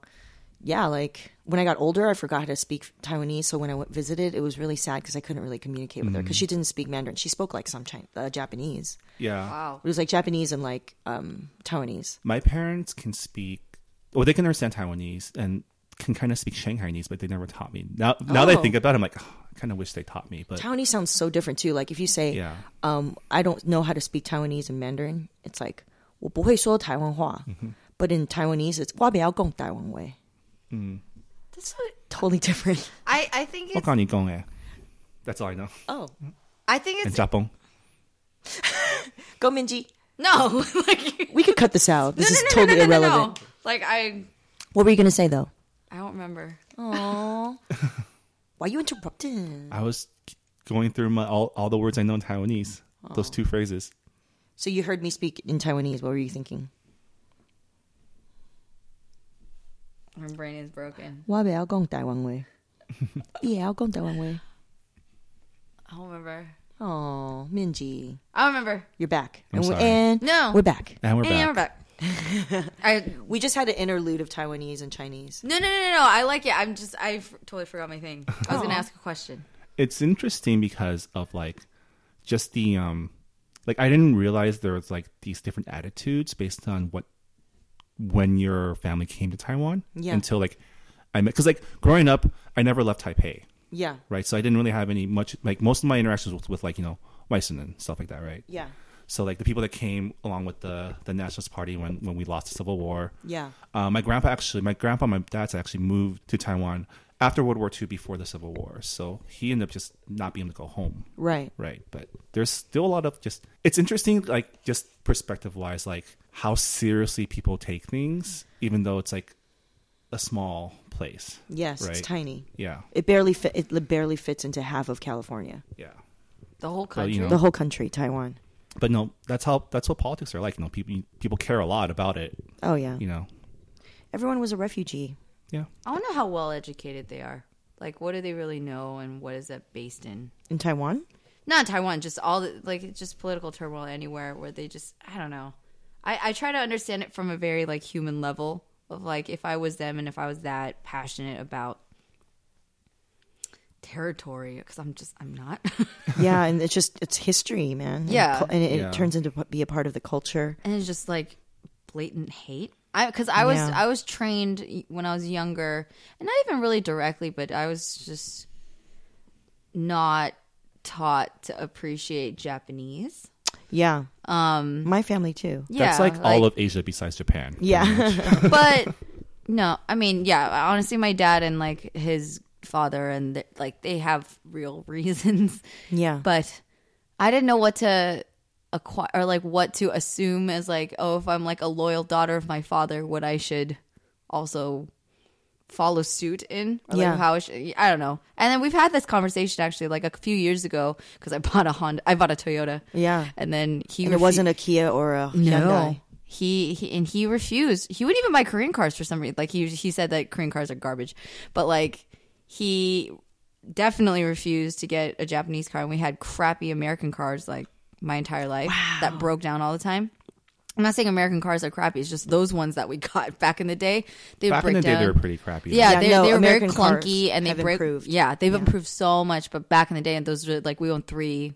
C: yeah, like when I got older, I forgot how to speak Taiwanese. So when I went, visited, it was really sad because I couldn't really communicate with her because she didn't speak Mandarin. She spoke like some Chin- uh, Japanese.
A: Yeah,
B: wow.
C: It was like Japanese and like um, Taiwanese.
A: my parents can speak. Well, they can understand Taiwanese and can kind of speak Shanghainese, but they never taught me. Now now that I
C: Oh.
A: think about, it, I'm like, "Oh, I kind of wish they taught me. But
C: Taiwanese sounds so different too. Like if you say,
A: Yeah.
C: um, I don't know how to speak Taiwanese and Mandarin, it's like 我不会说台湾话. But in Taiwanese, it's 我不要讲台湾话.
B: That's what,
C: Totally different.
B: I, I think it's,
A: Wakani That's all I know.
C: Oh,
B: I think
A: And
B: it's,
A: Japon.
C: go Minji.
B: no, like,
C: We could cut this out. This
B: no,
C: is
B: no, no, no, no, no,
C: totally
B: no.
C: irrelevant.
B: Like, I,
C: What were you gonna say though?
B: I don't remember.
C: Aww. Why you interrupting?
A: I was going through my all, all the words I know in Taiwanese. Those two phrases.
C: So you heard me speak in Taiwanese. What were you thinking?
B: My brain is broken.
C: 我不要讲台湾话.也要讲台湾话.
B: I don't remember.
C: Oh, Minji,
B: I don't remember.
C: you're back.
A: I'm
C: and we're
A: sorry.
C: and
B: No.
C: we're back.
A: And we're
B: Hey,
A: back.
B: I'm back. I,
C: We just had an interlude of Taiwanese and Chinese.
B: no, no, no, no, no. I like it. I'm just, I f- totally forgot my thing. I was going to ask a question.
A: it's interesting because of like just the um like I didn't realize there was like these different attitudes based on what when your family came to Taiwan
C: Yeah.
A: until like I met because like growing up I never left Taipei
C: Yeah.
A: right so I didn't really have any much like most of my interactions with, with like you know Weissen and stuff like that right
C: Yeah.
A: so like the people that came along with the the Nationalist Party when when we lost the Civil War
C: Yeah.
A: uh, my grandpa actually, my grandpa, and my dad's actually moved to Taiwan after World War II, before the Civil War. So he ended up just not being able to go home,
C: Right.
A: right? But there's still a lot of just. It's interesting, like just perspective wise, like how seriously people take things, even though it's like a small place.
C: Yes, it's
A: Right.
C: tiny.
A: Yeah,
C: It barely fit it li- barely fits into half of California.
A: yeah.
B: The whole
A: Well,
B: country.
A: you know.
C: The whole country, Taiwan.
A: But no, that's how that's what politics are like. You know, people people care a lot about it.
C: Oh yeah.
A: You know,
C: Everyone was a refugee.
A: yeah.
B: I want to know how well educated they are. Like, what do they really know, and what is that based in?
C: In Taiwan?
B: Not Taiwan, just all the like, it's just political turmoil anywhere where they just, I don't know. I, I try to understand it from a very like human level of like if I was them and if I was that passionate about territory because I'm just I'm not.
C: yeah, and it's just it's history, man. And
B: Yeah.
C: cul- And, it,
A: Yeah.
C: it turns into p- be a part of the culture.
B: and it's just like blatant hate. I because I was
C: Yeah.
B: I was trained when I was younger, and not even really directly, but I was just not taught to appreciate Japanese.
C: Yeah. Um my family too.
B: Yeah,
A: that's like, all of Asia besides Japan.
C: Yeah.
B: but no, I mean, yeah, honestly, my dad and like his father and th- like they have real reasons.
C: yeah.
B: but I didn't know what to acquire or like what to assume as like, oh, if I'm like a loyal daughter of my father, what I should also follow suit in or
C: Yeah.
B: like how I, should, I don't know. And then we've had this conversation actually like a few years ago because I bought a Honda, I bought a Toyota.
C: Yeah.
B: and then he
C: and it
B: refu-
C: wasn't a Kia or a
B: no.
C: Hyundai.
B: He, he and he refused. He wouldn't even buy Korean cars for some reason. Like he he said that Korean cars are garbage, but like he definitely refused to get a Japanese car, and we had crappy American cars like my entire life that broke down all the time. I'm not saying American cars are crappy. It's just those ones that we got back in the day. They would
A: Back in
B: break
A: the day,
B: down.
A: they were pretty crappy.
B: Yeah,
C: Yeah,
B: they,
C: no,
B: they were
C: American
B: very
C: cars
B: clunky and they
C: have
B: break.
C: improved.
B: Yeah, they've improved so much. But back in the day, and those were like we owned three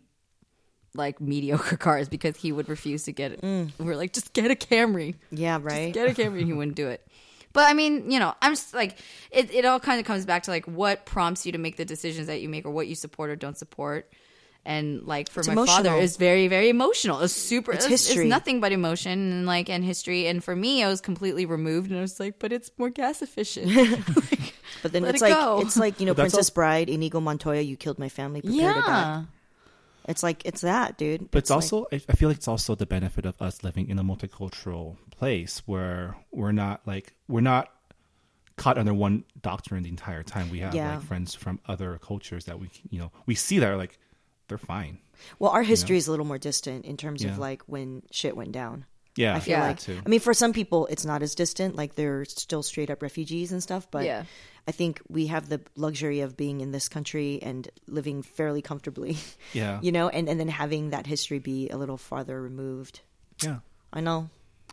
B: like mediocre cars because he would refuse to get it. We were like, just get a Camry,
C: Yeah, Mm. right.
B: get a Camry, and he wouldn't do it. But I mean, you know, I'm just like it. It all kind of comes back to like what prompts you to make the decisions that you make, or what you support or don't support. And like for my father,
C: emotional.
B: is very very emotional. It's super. It's, it's
C: history.
B: nothing but emotion and like and history. And for me, I was completely removed, and I was like, but it's more gas efficient.
C: But then
B: Let
C: it's
B: it
C: like
B: go.
C: it's like you know
A: But that's
C: Princess Bride, Inigo Montoya, you killed my family. Prepare to die. It's like it's that dude.
A: But it's,
C: like-
A: also, I I feel like it's also the benefit of us living in a multicultural place where we're not like, we're not caught under one doctrine the entire time. We have
C: Yeah.
A: like friends from other cultures that we, can- you know, we see that are like, they're fine.
C: well, our history is a little more distant in terms
A: Yeah.
C: of like when shit went down.
A: Yeah.
C: I feel
B: Yeah.
A: that
C: like
A: too.
C: I mean, for some people, it's not as distant. Like they're still straight up refugees and stuff. But
B: Yeah.
C: I think we have the luxury of being in this country and living fairly comfortably.
A: Yeah.
C: you know, and and then having that history be a little farther removed.
A: yeah.
C: I know.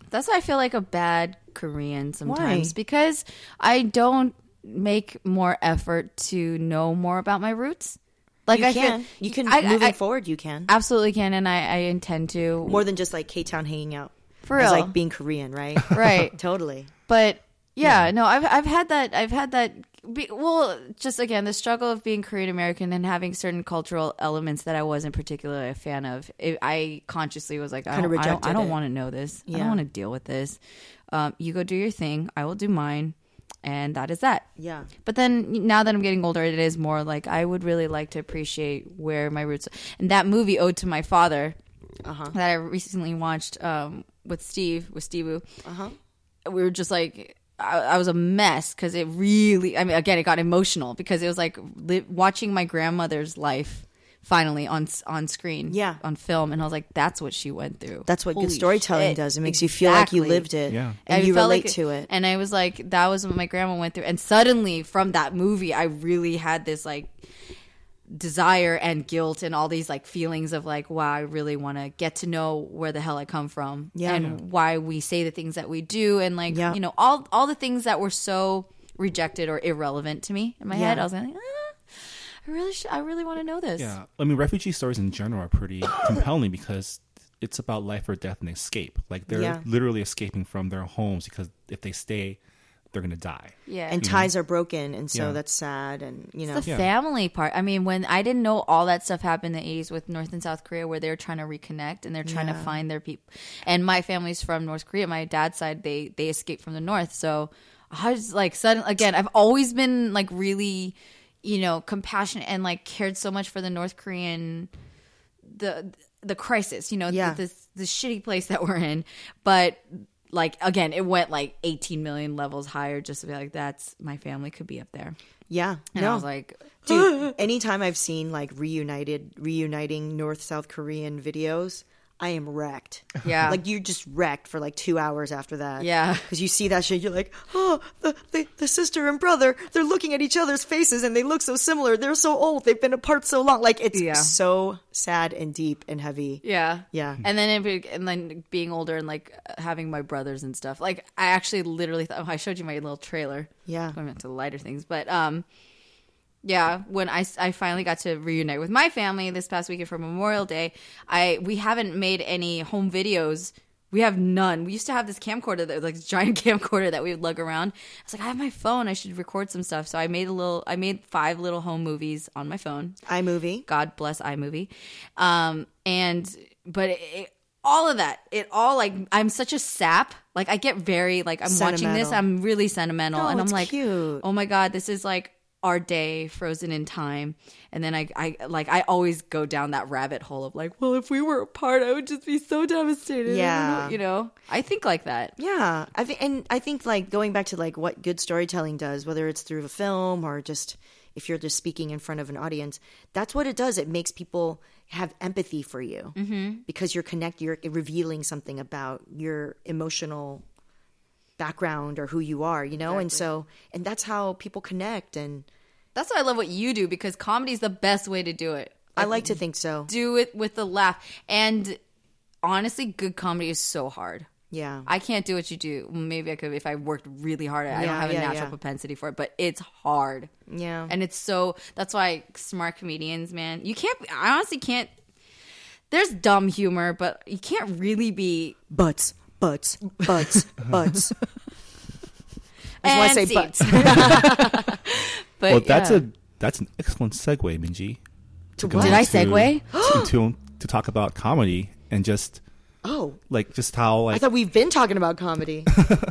B: That's why I feel like a bad Korean sometimes
C: Why?
B: because I don't make more effort to know more about my roots. Like
C: You
B: I feel-
C: can. you can
B: I- I-
C: moving
B: I
C: forward. You can
B: absolutely can, and I, I intend to.
C: more than just like K Town hanging out.
B: For
C: It's
B: real.
C: like being Korean, right?
B: Right.
C: totally.
B: but yeah, no, I've I've had that I've had that be, well, just again the struggle of being Korean American and having certain cultural elements that I wasn't particularly a fan of. It, I consciously was like, I don't, I
C: Kinda
B: don't,
C: rejected
B: I don't
C: it.
B: want to know this. I
C: Yeah.
B: don't want to deal with this. Um, you go do your thing. I will do mine, and that is that.
C: Yeah.
B: But then now that I'm getting older, it is more like I would really like to appreciate where my roots. And that movie owed to my father
C: Uh-huh.
B: that I recently watched um, with Steve with Stevu.
C: Uh-huh.
B: We were just like. I, I was a mess because it really. I mean, again, it got emotional because it was like li- watching my grandmother's life finally on s- on screen,
C: Yeah.
B: on film, and I was like, "That's what she went through."
C: That's what good
B: Holy
C: storytelling
B: shit.
C: does. It makes you feel like you
B: Exactly.
C: lived it.
A: Yeah.
C: And
B: I
C: you
B: felt
C: relate
B: like-
C: to it.
B: And I was like, that was what my grandma went through. And suddenly, from that movie, I really had this like desire and guilt and all these like feelings of like, wow, I really want to get to know where the hell I come from
C: Yeah.
B: and why we say the things that we do and like
C: Yeah.
B: you know all all the things that were so rejected or irrelevant to me in my head.
C: Yeah.
B: I was like, ah, I really, should, I really want to know this.
A: Yeah, I mean, refugee stories in general are pretty compelling because it's about life or death and escape. Like they're
C: Yeah.
A: literally escaping from their homes because if they stay, they're gonna die.
B: yeah.
C: and ties are broken and so
A: Yeah.
C: that's sad and you know
B: Mm-hmm. It's the family part. I mean, when I didn't know all that stuff happened in the 80s with North and South Korea, where they're trying to reconnect and they're trying to
C: Yeah.
B: find their people. And my family's from North Korea. My dad's side, they they escaped from the North. So I was like, sudden again, I've always been like really, you know, compassionate and like cared so much for the North Korean the the crisis, you know,
C: Yeah.
B: the, this the shitty place that we're in. But like again, it went like 18 million levels higher just to be like, that's my family could be up there.
C: yeah
B: And
C: no
B: I was like,
C: dude anytime i've seen like reunited reuniting north south korean videos i am wrecked
B: Yeah.
C: like you're just wrecked for like two hours after that
B: Yeah.
C: because you see that shit you're like oh the, the, the sister and brother they're looking at each other's faces and they look so similar they're so old they've been apart so long like it's
B: Yeah.
C: so sad and deep and heavy
B: Yeah.
C: Yeah.
B: And then it, be- and then being older and like having my brothers and stuff. Like I actually literally thought oh, I showed you my little trailer.
C: Yeah.
B: Going back to the lighter things, but um yeah, when I, s- I finally got to reunite with my family this past weekend for Memorial Day, I we haven't made any home videos. We have none. We used to have this camcorder that was like this giant camcorder that we would lug around. I was like, I have my phone. I should record some stuff. So I made a little. I made five little home movies on my phone.
C: imovie
B: God bless iMovie. Um, and but it, it- all of that, it all like I'm such a sap. Like I get very like I'm watching this,
C: Sentimental.
B: I'm really sentimental,
C: No,
B: and I'm
C: it's
B: like,
C: cute.
B: oh my god, this is like our day frozen in time. And then I, I like I always go down that rabbit hole of like, well, if we were apart, I would just be so devastated. I don't
C: Yeah.
B: know, you know, I think like that.
C: Yeah, I think, and I think like going back to like what good storytelling does, whether it's through a film or just if you're just speaking in front of an audience, that's what it does. It makes people have empathy for you because you're connect, you're revealing something about your emotional background or who you are, you know. And so, and that's how people connect, and
B: That's why I love what you do because comedy's the best way to do it.
C: I like to think so.
B: Do it with a laugh. And honestly, good comedy is so hard.
C: Yeah.
B: I can't do what you do. Maybe I could if I worked really hard. at it. I don't
C: Yeah,
B: have a
C: yeah,
B: natural
C: yeah.
B: propensity for it, but it's hard.
C: Yeah.
B: And it's so that's why smart comedians, man, you can't I honestly can't there's dumb humor, but you can't really be
C: Butts, butts, butts, butts. I
B: and
C: just wanna say
B: seats. but
A: Well, that's
B: yeah.
A: a that's an excellent segue, Minji. To go
B: Did I
A: into-
B: segue?
A: to, to to talk about comedy and just
C: Oh,
A: like just how
C: I
A: like I,
C: thought we've been talking about comedy.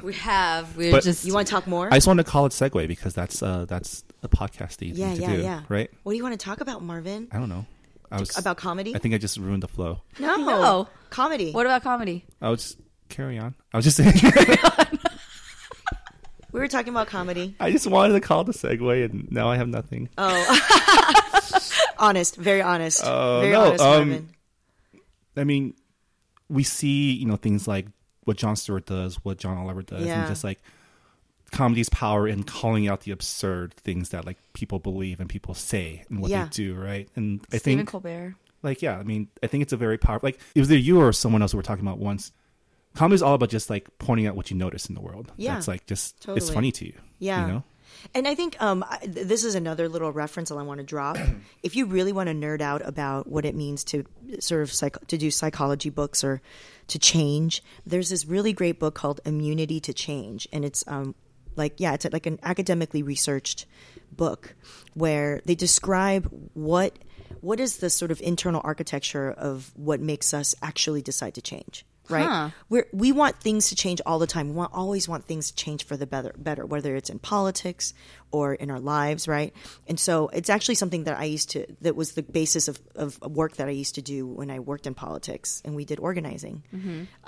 B: we have we're
A: But-
B: just
C: You want to talk more?
A: just want to call it segue because that's uh that's a podcasty
C: yeah,
A: thing to
C: yeah,
A: do,
C: yeah.
A: right?
C: What do you want to talk about, Marvin?
A: I don't know. I was
C: About comedy?
A: I think I just ruined the flow.
C: No.
B: No.
C: Comedy.
B: What about comedy?
A: I was just carry on. I was just saying.
C: We were talking about comedy.
A: I just wanted to call it a segue, and now I have nothing.
C: Honest, very honest.
A: Oh,
C: very
A: no,
C: honest,
A: um,
C: Marvin.
A: I mean, we see you know things like what John Stewart does, what John Oliver does,
C: Yeah.
A: and just like comedy's power in calling out the absurd things that like people believe and people say and what
C: Yeah.
A: they do, right? And I
B: Stephen
A: think
B: Colbert.
A: like yeah, I mean, I think it's a very powerful. Like it was either you or someone else we were talking about once. Comedy's all about just like pointing out what you notice in the world.
C: Yeah.
A: that's like just it's
C: Totally.
A: funny to you.
C: Yeah.
A: you know.
C: And I think um, I- th- this is another little reference that I want to drop. if you really want to nerd out about what it means to sort of psych- to do psychology books or to change, there's this really great book called Immunity to Change, and it's um, like yeah, it's like an academically researched book where they describe what what is the sort of internal architecture of what makes us actually decide to change right We're, we want things to change all the time we want, always want things to change for the better better whether it's in politics or in our lives right and so it's actually something that i used to that was the basis of, of work that i used to do when i worked in politics and we did organizing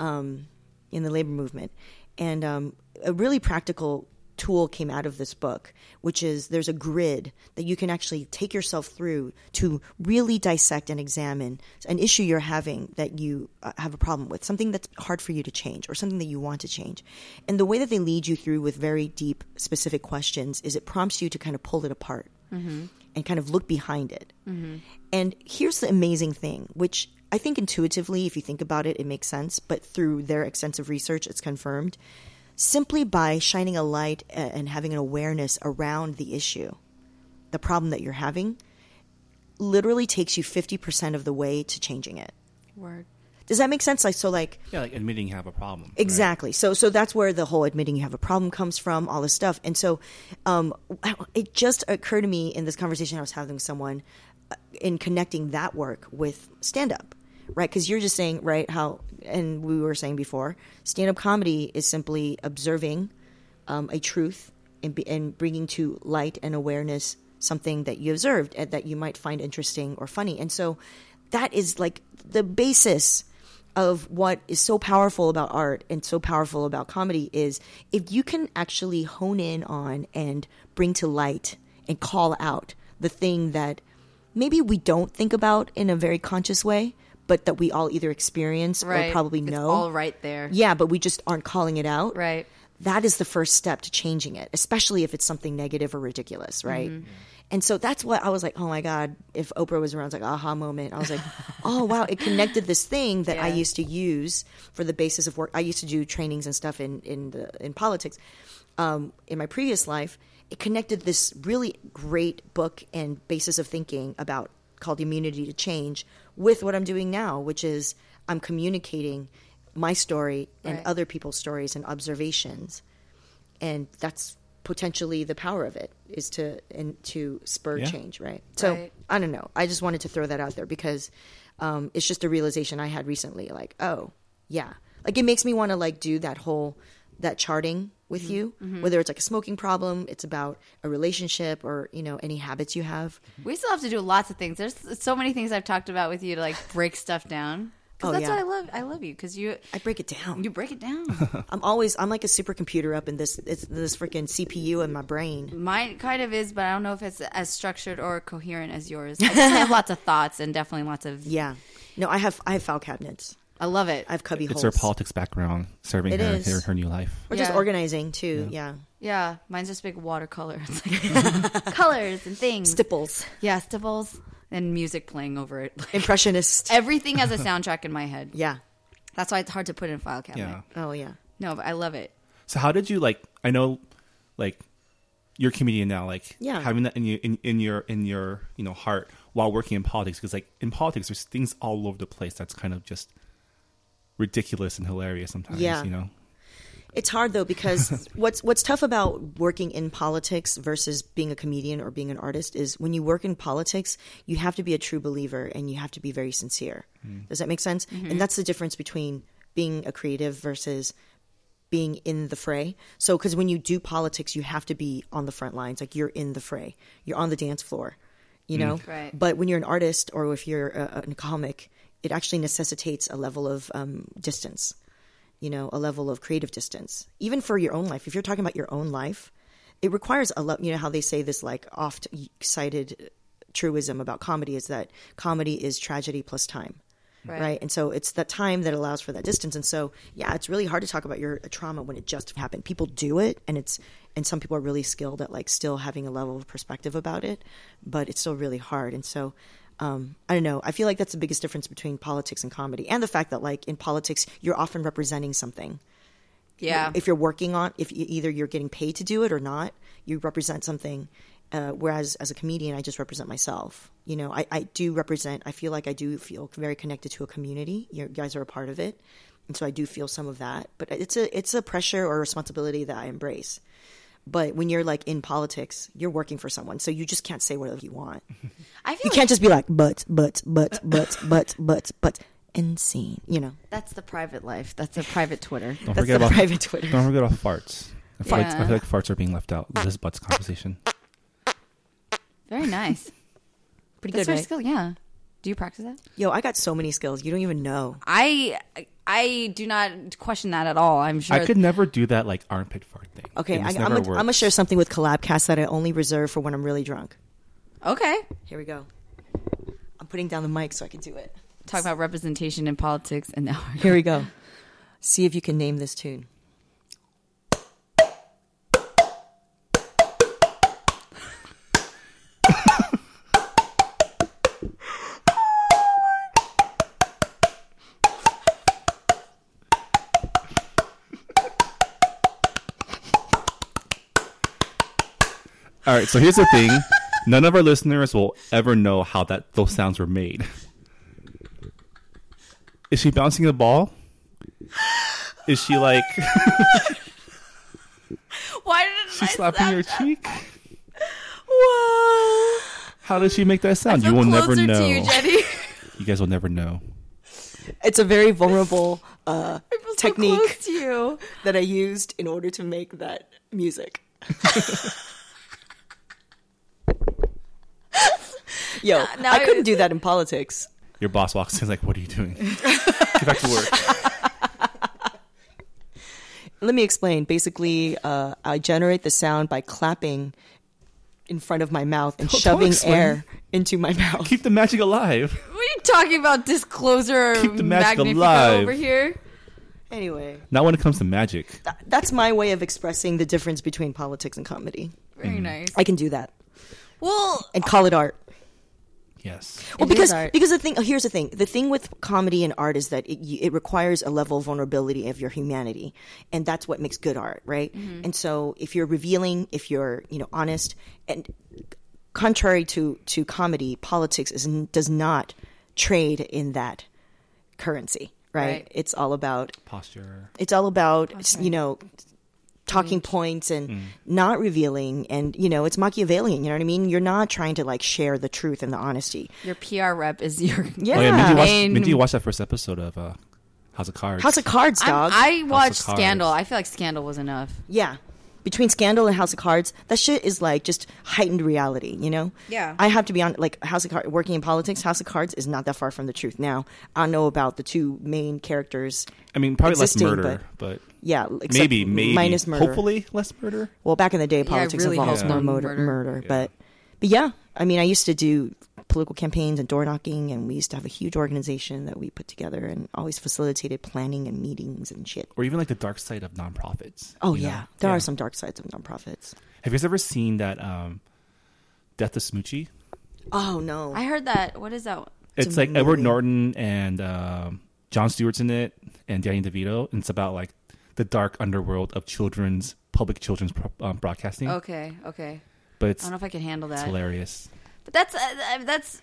C: um, in the labor movement. And um, a really practical tool came out of this book, which is there's a grid that you can actually take yourself through to really dissect and examine an issue you're having that you uh, have a problem with, something that's hard for you to change or something that you want to change. And the way that they lead you through with very deep, specific questions is it prompts you to kind of pull it apart and kind of look behind it. And here's the amazing thing, which I think intuitively, if you think about it, it makes sense, but through their extensive research, it's confirmed. Simply by shining a light a- and having an awareness around the issue, the problem that you're having, literally takes you 50% of the way to changing it.
B: Word.
C: Does that make sense? Like, so, like,
A: Yeah, like admitting you have a problem. right?
C: Exactly. So so that's where the whole admitting you have a problem comes from, all this stuff. And so um, it just occurred to me in this conversation I was having with someone uh, in connecting that work with stand up, right? Because you're just saying, right, how, and we were saying before, stand up comedy is simply observing um, a truth and, be, and bringing to light and awareness something that you observed and that you might find interesting or funny. And so that is like the basis of what is so powerful about art and so powerful about comedy is if you can actually hone in on and bring to light and call out the thing that maybe we don't think about in a very conscious way, but that we all either experience
B: Right.
C: or probably
B: It's
C: know.
B: all right there.
C: Yeah, but we just aren't calling it out
B: Right.
C: that is the first step to changing it, especially if it's something negative or ridiculous, right? And so that's what I was like, oh my God, if Oprah was around, it's like aha moment. I was like, oh wow, it connected this thing that I
B: Yeah.
C: used to use for the basis of work. I used to do trainings and stuff in, in the in politics um, in my previous life. It connected this really great book and basis of thinking about called immunity to change with what I'm doing now, which is I'm communicating my story and
B: Right.
C: other people's stories and observations and that's potentially the power of it is to and to spur
A: Yeah.
C: change right so
B: Right.
C: i don't know i just wanted to throw that out there because um, it's just a realization i had recently like oh yeah like it makes me want to like do that whole that charting with you whether it's like a smoking problem it's about a relationship or you know any habits you have
B: We still have to do lots of things. There's so many things I've talked about with you to like break stuff down. Because
C: Oh,
B: that's
C: yeah.
B: what I love. I love you because you
C: i break it down
B: you break it down.
C: i'm always i'm like a supercomputer up in this it's this freaking cpu in my brain
B: Mine kind of is, but I don't know if it's as structured or coherent as yours. I just have lots of thoughts and definitely lots of.
C: yeah no i have i have file cabinets
B: I love it.
C: i have cubby
A: It's
C: holes
A: her politics background serving
C: It
A: her,
C: is.
A: her her new life.
C: or just
B: Yeah.
C: organizing too yeah
B: Yeah, mine's just big watercolor. It's like colors and things.
C: Stipples.
B: yeah, stipples and music playing over it.
C: Impressionist.
B: Everything has a soundtrack in my head.
C: Yeah.
B: That's why it's hard to put in a file cabinet.
A: Yeah.
C: Oh, yeah.
B: No, but I love it.
A: So how did you like? I know, like, you're a comedian now. Like,
C: Yeah.
A: having that in your in, in your in your you know heart while working in politics because like in politics there's things all over the place that's kind of just ridiculous and hilarious sometimes.
C: Yeah.
A: You know.
C: It's hard though because what's what's tough about working in politics versus being a comedian or being an artist is when you work in politics, you have to be a true believer and you have to be very sincere. Does that make sense? And that's the difference between being a creative versus being in the fray. So cuz when you do politics, you have to be on the front lines, like you're in the fray. You're on the dance floor, you know?
B: Right.
C: But when you're an artist or if you're a, a comic, it actually necessitates a level of um, distance you know, a level of creative distance, even for your own life. If you're talking about your own life, it requires a lot. You know how they say this like oft cited truism about comedy is that comedy is tragedy plus time.
B: Right.
C: Right. And so it's that time that allows for that distance. And so, yeah, it's really hard to talk about your uh, trauma when it just happened. People do it, and it's, and some people are really skilled at like still having a level of perspective about it, but it's still really hard. And so, um, I don't know. I feel like that's the biggest difference between politics and comedy, and the fact that like in politics, you're often representing something.
B: Yeah.
C: If you're working on, if you, either you're getting paid to do it or not, you represent something. Uh, whereas as a comedian, I just represent myself. You know, I, I do represent, I feel like I do feel very connected to a community. You guys are a part of it. And so I do feel some of that, but it's a, it's a pressure or responsibility that I embrace. But when you're like in politics, you're working for someone. So you just can't say whatever you want.
B: I feel
C: You
B: like
C: can't just be like, but, but, but, but, but, but, but, and scene, you know.
B: that's the private life. That's a private Twitter.
A: Don't
C: That's
A: forget
C: the
A: about
C: private Twitter.
A: don't forget about farts. I feel, like, I
B: Yeah.
A: feel like farts are being left out of this butts conversation.
B: Very nice.
C: Pretty
B: That's
C: good,
B: very
C: right?
B: skill. Yeah. Do you practice that?
C: Yo, I got so many skills. You don't even know.
B: I I do not question that at all. I'm sure.
A: I could never do that like armpit fart thing.
C: Okay,
A: It
C: I,
A: just
C: I'm
A: never
C: gonna- I'm gonna
A: works.
C: share something with Collabcast that I only reserve for when I'm really drunk.
B: Okay.
C: Here we go. I'm putting down the mic so I can do it.
B: Talk about representation in politics, and now we're
C: Here we go. See if you can name this tune.
A: All right, so here's the thing: none of our listeners will ever know how that those sounds were made. Is she bouncing the ball? Is she like
B: Why did
A: she's slapping your cheek?
C: Whoa.
A: How does she make that sound? You will never know.
B: To you, Jenny.
A: You guys will never know.
C: It's a very vulnerable uh,
B: I'm so
C: technique
B: close to you.
C: that I used in order to make that music. Yo,
B: now
C: I
B: I-
C: couldn't do that in politics.
A: Your boss walks in like, "What are you doing? Get back to work."
C: Let me explain. Basically, uh, I generate the sound by clapping in front of my mouth and
A: Don't- don't
C: shoving
A: explain.
C: air into my mouth.
A: Keep the magic alive.
B: What are you talking about? Disclosure,
A: Keep the magic
B: Magnifico
A: alive.
B: over here.
C: Anyway,
A: Not when it comes to magic.
C: th- that's my way of expressing the difference between politics and comedy.
A: Mm.
B: Very nice.
C: I can do that
B: Well,
C: and call it art.
A: Yes.
C: Well,
B: It is
C: because
B: art.
C: because the thing oh, here's the thing the thing with comedy and art is that it, you- it requires a level of vulnerability of your humanity, and that's what makes good art, right?
B: Mm-hmm.
C: And so if you're revealing, if you're you know honest, and contrary to to comedy, politics is n- does not trade in that currency, right?
B: Right.
C: It's all about
A: Posture.
C: it's all about s- you know talking
B: Mm-hmm.
C: points and not revealing and you know it's machiavellian you know what i mean you're not trying to like share the truth and the honesty
B: your PR rep is your.
C: yeah,
A: Oh yeah, Mindy watched,
B: And-
A: Mindy watched that first episode of uh, House of Cards.
C: House of Cards,
B: I'm-
C: dog.
B: I watched
A: Cards.
B: Scandal. I feel like Scandal was enough.
C: yeah. Between Scandal and House of Cards, that shit is like just heightened reality, you know?
B: Yeah.
C: I have to be on, like, House of Cards, working in politics, House of Cards is not that far from the truth. Now, I know about the two main characters.
A: I mean, probably less
C: existing,
A: murder, but,
C: Yeah. except
A: maybe, maybe
C: Minus murder.
A: Hopefully, less murder.
C: Well, back in the day, politics
B: really
C: involves
B: hope
C: more
B: not.
C: murder,
B: Murder.
C: murder but, but yeah. I mean, I used to do political campaigns and door knocking, and we used to have a huge organization that we put together and always facilitated planning and meetings and shit.
A: or even like the dark side of nonprofits.
C: Oh
A: you know?
C: yeah, there
A: Yeah.
C: are some dark sides of nonprofits.
A: Have you guys ever seen that um, Death of Smoochie?
C: Oh no,
B: I heard that. What is that?
A: It's,
C: It's a
A: like Edward
C: movie.
A: Norton and um, John Stewart's in it, and Danny DeVito, and it's about like the dark underworld of children's public children's pro- um, broadcasting.
B: Okay, okay.
A: But
B: I
A: it's,
B: don't know if I can handle
A: it's
B: that.
A: hilarious.
B: But that's uh, uh, that's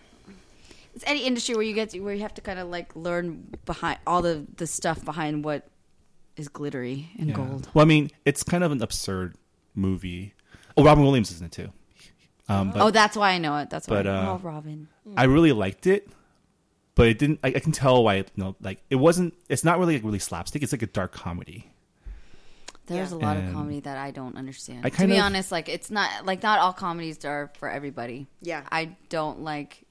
B: it's any industry where you get to, where you have to kind of like learn behind all the the stuff behind what is glittery and
A: Yeah.
B: gold.
A: Well, I mean, it's kind of an absurd movie. Oh, Robin Williams is in it too. Um, but
B: oh, that's why I know it. That's why.
A: but, uh,
B: oh, Robin.
A: I really liked it, but it didn't. I, I can tell why. You know, like it wasn't. It's not really like really slapstick. It's like a dark comedy.
B: There's
C: yeah.
B: a lot
A: And-
B: of comedy that I don't understand.
A: I
B: to
A: kind
B: be
A: of-
B: honest, like it's not like not all comedies are for everybody.
C: Yeah.
B: I don't like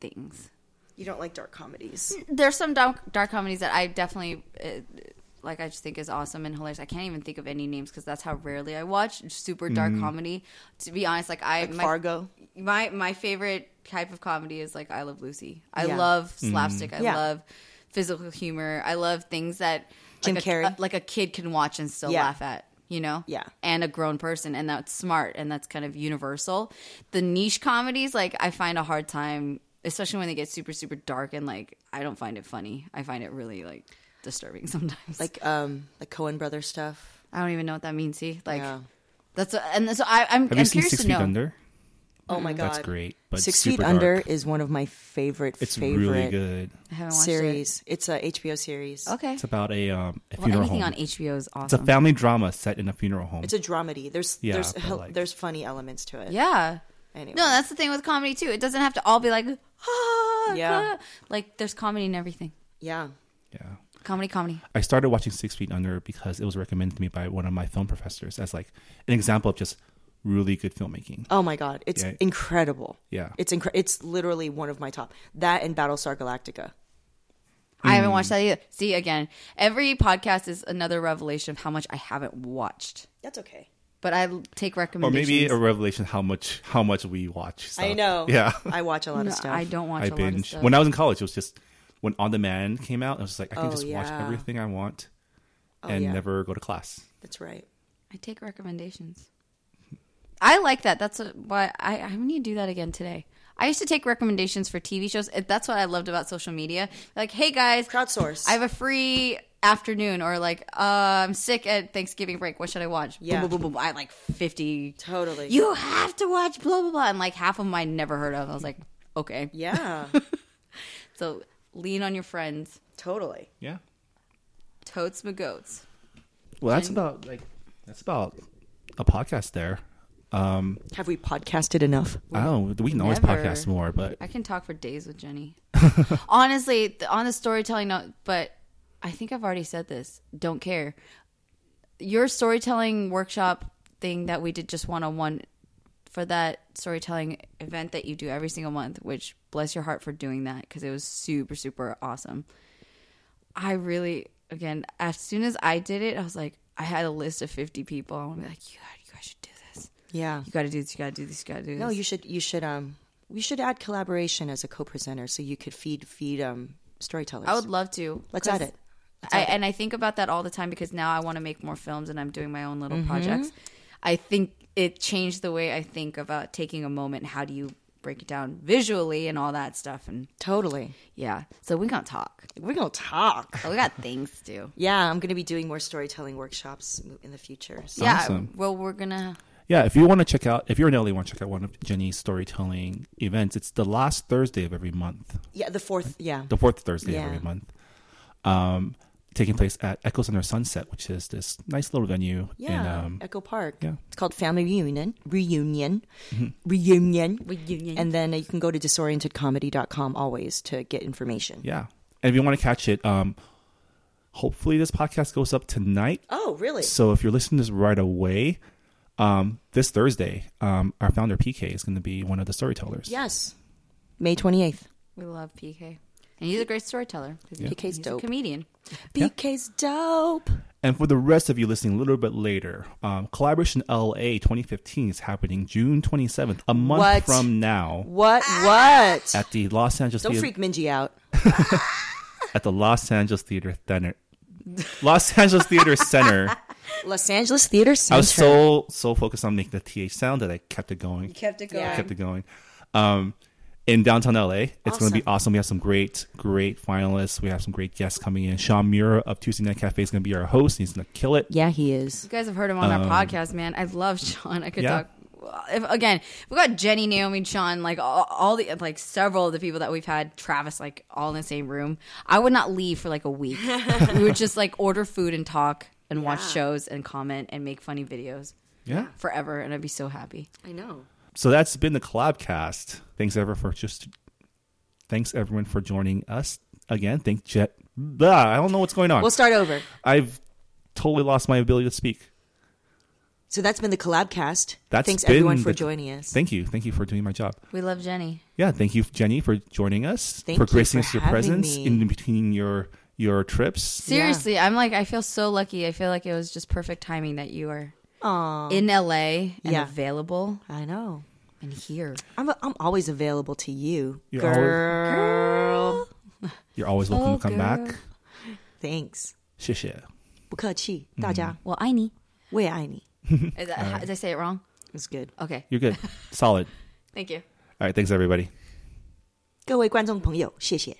B: things.
C: you don't like dark comedies.
B: there's some dark, dark comedies that I definitely uh, like. I just think is awesome and hilarious. I can't even think of any names because that's how rarely I watch super dark comedy. To be honest, like I
C: Like
B: my,
C: Fargo.
B: my my favorite type of comedy is like I Love Lucy. I
C: Yeah.
B: love
A: Mm-hmm.
B: slapstick. I
C: Yeah.
B: love physical humor. I love things that
C: Jim
B: like
C: Carrey.
B: a, like a kid can watch and still
C: Yeah.
B: laugh at. You know,
C: Yeah.
B: and a grown person, and that's smart, and that's kind of universal. The niche comedies, like I find a hard time, especially when they get super super dark, and like I don't find it funny. I find it really like disturbing sometimes. Like
C: Like um, like Cohen Brothers stuff.
B: I don't even know what that means. See, like
C: Yeah.
B: that's a, and so I, I'm.
A: Have
B: I'm
A: you seen
B: curious
A: Six
B: to
A: Feet
B: know.
A: Under?
C: Oh my god,
A: That's great. But
C: Six
A: super
C: Feet Under
A: dark.
C: is one of my favorite
A: It's
C: favorite
A: really good.
B: I haven't watched
C: series. It's a HBO series.
B: it. Okay.
A: It's about a um, a
B: Well,
A: funeral
B: anything
A: home.
B: on HBO is
A: It's a
B: awesome.
A: family drama set in a funeral home.
C: It's a dramedy. There's
A: Yeah,
C: there's
A: but,
C: hel-
A: like-
C: there's funny elements to it.
B: yeah.
C: Anyway.
B: No, that's the thing with comedy too. It doesn't have to all be like, ah,
C: Yeah.
B: ah. like there's comedy in everything.
C: yeah.
A: yeah.
B: Comedy, comedy.
A: I started watching Six Feet Under because it was recommended to me by one of my film professors as like an example of just really good filmmaking.
C: Oh my god, it's
A: Yeah.
C: incredible.
A: Yeah.
C: It's incre- it's literally one of my top. That and Battlestar Galactica.
B: I
A: Mm.
B: haven't watched that either. See, again, every podcast is another revelation of how much I haven't watched.
C: That's okay.
B: But I l- take
A: or
B: recommendations.
A: maybe a revelation how much how much we watch. Stuff.
C: Oh, I know.
A: Uh, Yeah.
C: I watch a lot
B: No,
C: of stuff.
B: I don't watch
A: I
B: a lot of
A: binge.
B: stuff.
A: When I was in college, it was just when On Demand came out, I was just like, I can
C: Oh,
A: just watch
C: yeah.
A: everything I want
B: Oh,
A: and
C: Oh, yeah.
A: never go to class.
C: That's right.
B: I take recommendations. I like that. That's what- why I, I need to do that again today. I used to take recommendations for TV shows. It- That's what I loved about social media. Like, hey guys,
C: Crowdsource.
B: I have a free afternoon, or like, uh, I'm sick at Thanksgiving break. What should I watch?
C: Yeah.
B: Boom, boom, boom, boom. I had like 50.
C: Totally.
B: You have to watch blah, blah, blah. And like half of them I never heard of. I was like, okay.
C: yeah.
B: So lean on your friends.
C: totally.
A: Yeah.
B: Totes my goats.
A: Well, that's about like that's about a podcast there. Um,
C: Have we podcasted enough?
A: I don't. know. We can always
B: Never.
A: podcast more, but
B: I can talk for days with Jenny. Honestly, th- on the storytelling note, but I think I've already said this. Don't care. Your storytelling workshop thing that we did just one on one for that storytelling event that you do every single month, which bless your heart for doing that because it was super, super awesome. I really, again, as soon as I did it, I was like, I had a list of 50 people. I'm like, you, guys- you guys should do this.
C: Yeah.
B: You got to do this. You got to do this. You got to do this.
C: No, you should you should um we should add collaboration as a co-presenter so you could feed feed um storytellers.
B: I would love to.
C: Let's
B: 'cause
C: add it.
B: I, and I think about that all the time because now I want to make more films and I'm doing my own little
C: Mm-hmm.
B: projects. I think it changed the way I think about taking a moment. How do you break it down visually and all that stuff? And
C: totally.
B: yeah, so we gonna talk.
C: We're going to talk.
B: We got things to do.
C: Yeah, I'm going to be doing more storytelling workshops in the future. So.
A: Awesome.
B: Yeah. Well, we're gonna.
A: Yeah, if you want to check out, if you're in LA, want to check out one of Jenny's storytelling events. It's the last Thursday of every month,
C: Yeah, the fourth, yeah.
A: the fourth Thursday
C: Yeah.
A: of every month, um, taking place at Echo Center Sunset, which is this nice little venue.
C: Yeah,
A: In, um,
C: Echo Park.
A: yeah.
C: It's called Family Reunion. Reunion. Reunion.
B: Reunion.
C: And then uh, you can go to disorientedcomedy.com always to get information.
A: yeah, and if you want to catch it, um, hopefully this podcast goes up tonight.
C: Oh, really?
A: So if you're listening to this right away, um, this Thursday, um, our founder PK is going to be one of the storytellers.
C: Yes. May 28th.
B: We love PK, and he's a great storyteller. 'cause
C: PK's
B: he's
C: dope.
B: a comedian.
C: BK's dope.
A: And for the rest of you listening a little bit later, um, Collaboration LA 2015 is happening June 27th, a month
C: What?
A: from now,
C: What? What?
A: at the Los Angeles
C: Don't
A: Theater,
C: freak Minji out.
A: at the Los Angeles Theater Center. Los Angeles Theater Center.
C: Los Angeles Theater
A: I was
C: Center.
A: so so focused on making the th sound that I kept it going.
B: Kept it going.
C: Yeah.
A: kept it going. Um, in downtown LA, it's going to be awesome. We have some great, great finalists. We have some great guests coming in. Sean Mura of Tuesday Night Cafe is going to be our host. He's going to kill it.
C: yeah, he is.
B: You guys have heard him on our podcast, man. I love Sean. I could
A: Yeah.
B: talk. If, again, we got Jenny, Naomi, Sean, like all, all the like several of the people that we've had, Travis, like all in the same room. I would not leave for like a week. we would just like order food and talk and watch shows and comment and make funny videos
A: Yeah.
B: forever, and I'd be so happy.
C: I know.
A: So that's been the Collabcast. Thanks ever for just. Thanks everyone for joining us again. Thank Jet. Blah, I don't know what's going on.
C: We'll start over.
A: I've totally lost my ability to speak.
C: So that's been the collabcast.
A: That's
C: Thanks
A: been
C: everyone for
A: the-
C: joining us.
A: Thank you. Thank you for doing my job.
B: We love Jenny.
A: Yeah, thank you, Jenny, for joining us.
C: Thank
A: for
C: you
A: gracing
C: for
A: us your
C: having
A: presence
C: me.
A: in between your your trips.
B: Seriously, I'm like I feel so lucky. I feel like it was just perfect timing that you are
C: Aw,
B: in LA and
C: Yeah.
B: available
C: I know.
B: and here.
C: I'm I'm always available to you,
A: You're always-
C: girl.
A: You're always welcome
B: Oh,
A: to come
B: girl.
A: back.
C: Thanks.
A: Shit, shit.
C: 不客气，大家，
B: Well, I
A: Mm-hmm.
B: need.
C: 我也爱你。
B: Is that, Did I say it wrong?
C: It's good.
B: Okay.
A: You're good. Solid.
B: Thank you.
A: All right. Thanks, everybody.
C: 各位观众朋友，谢谢。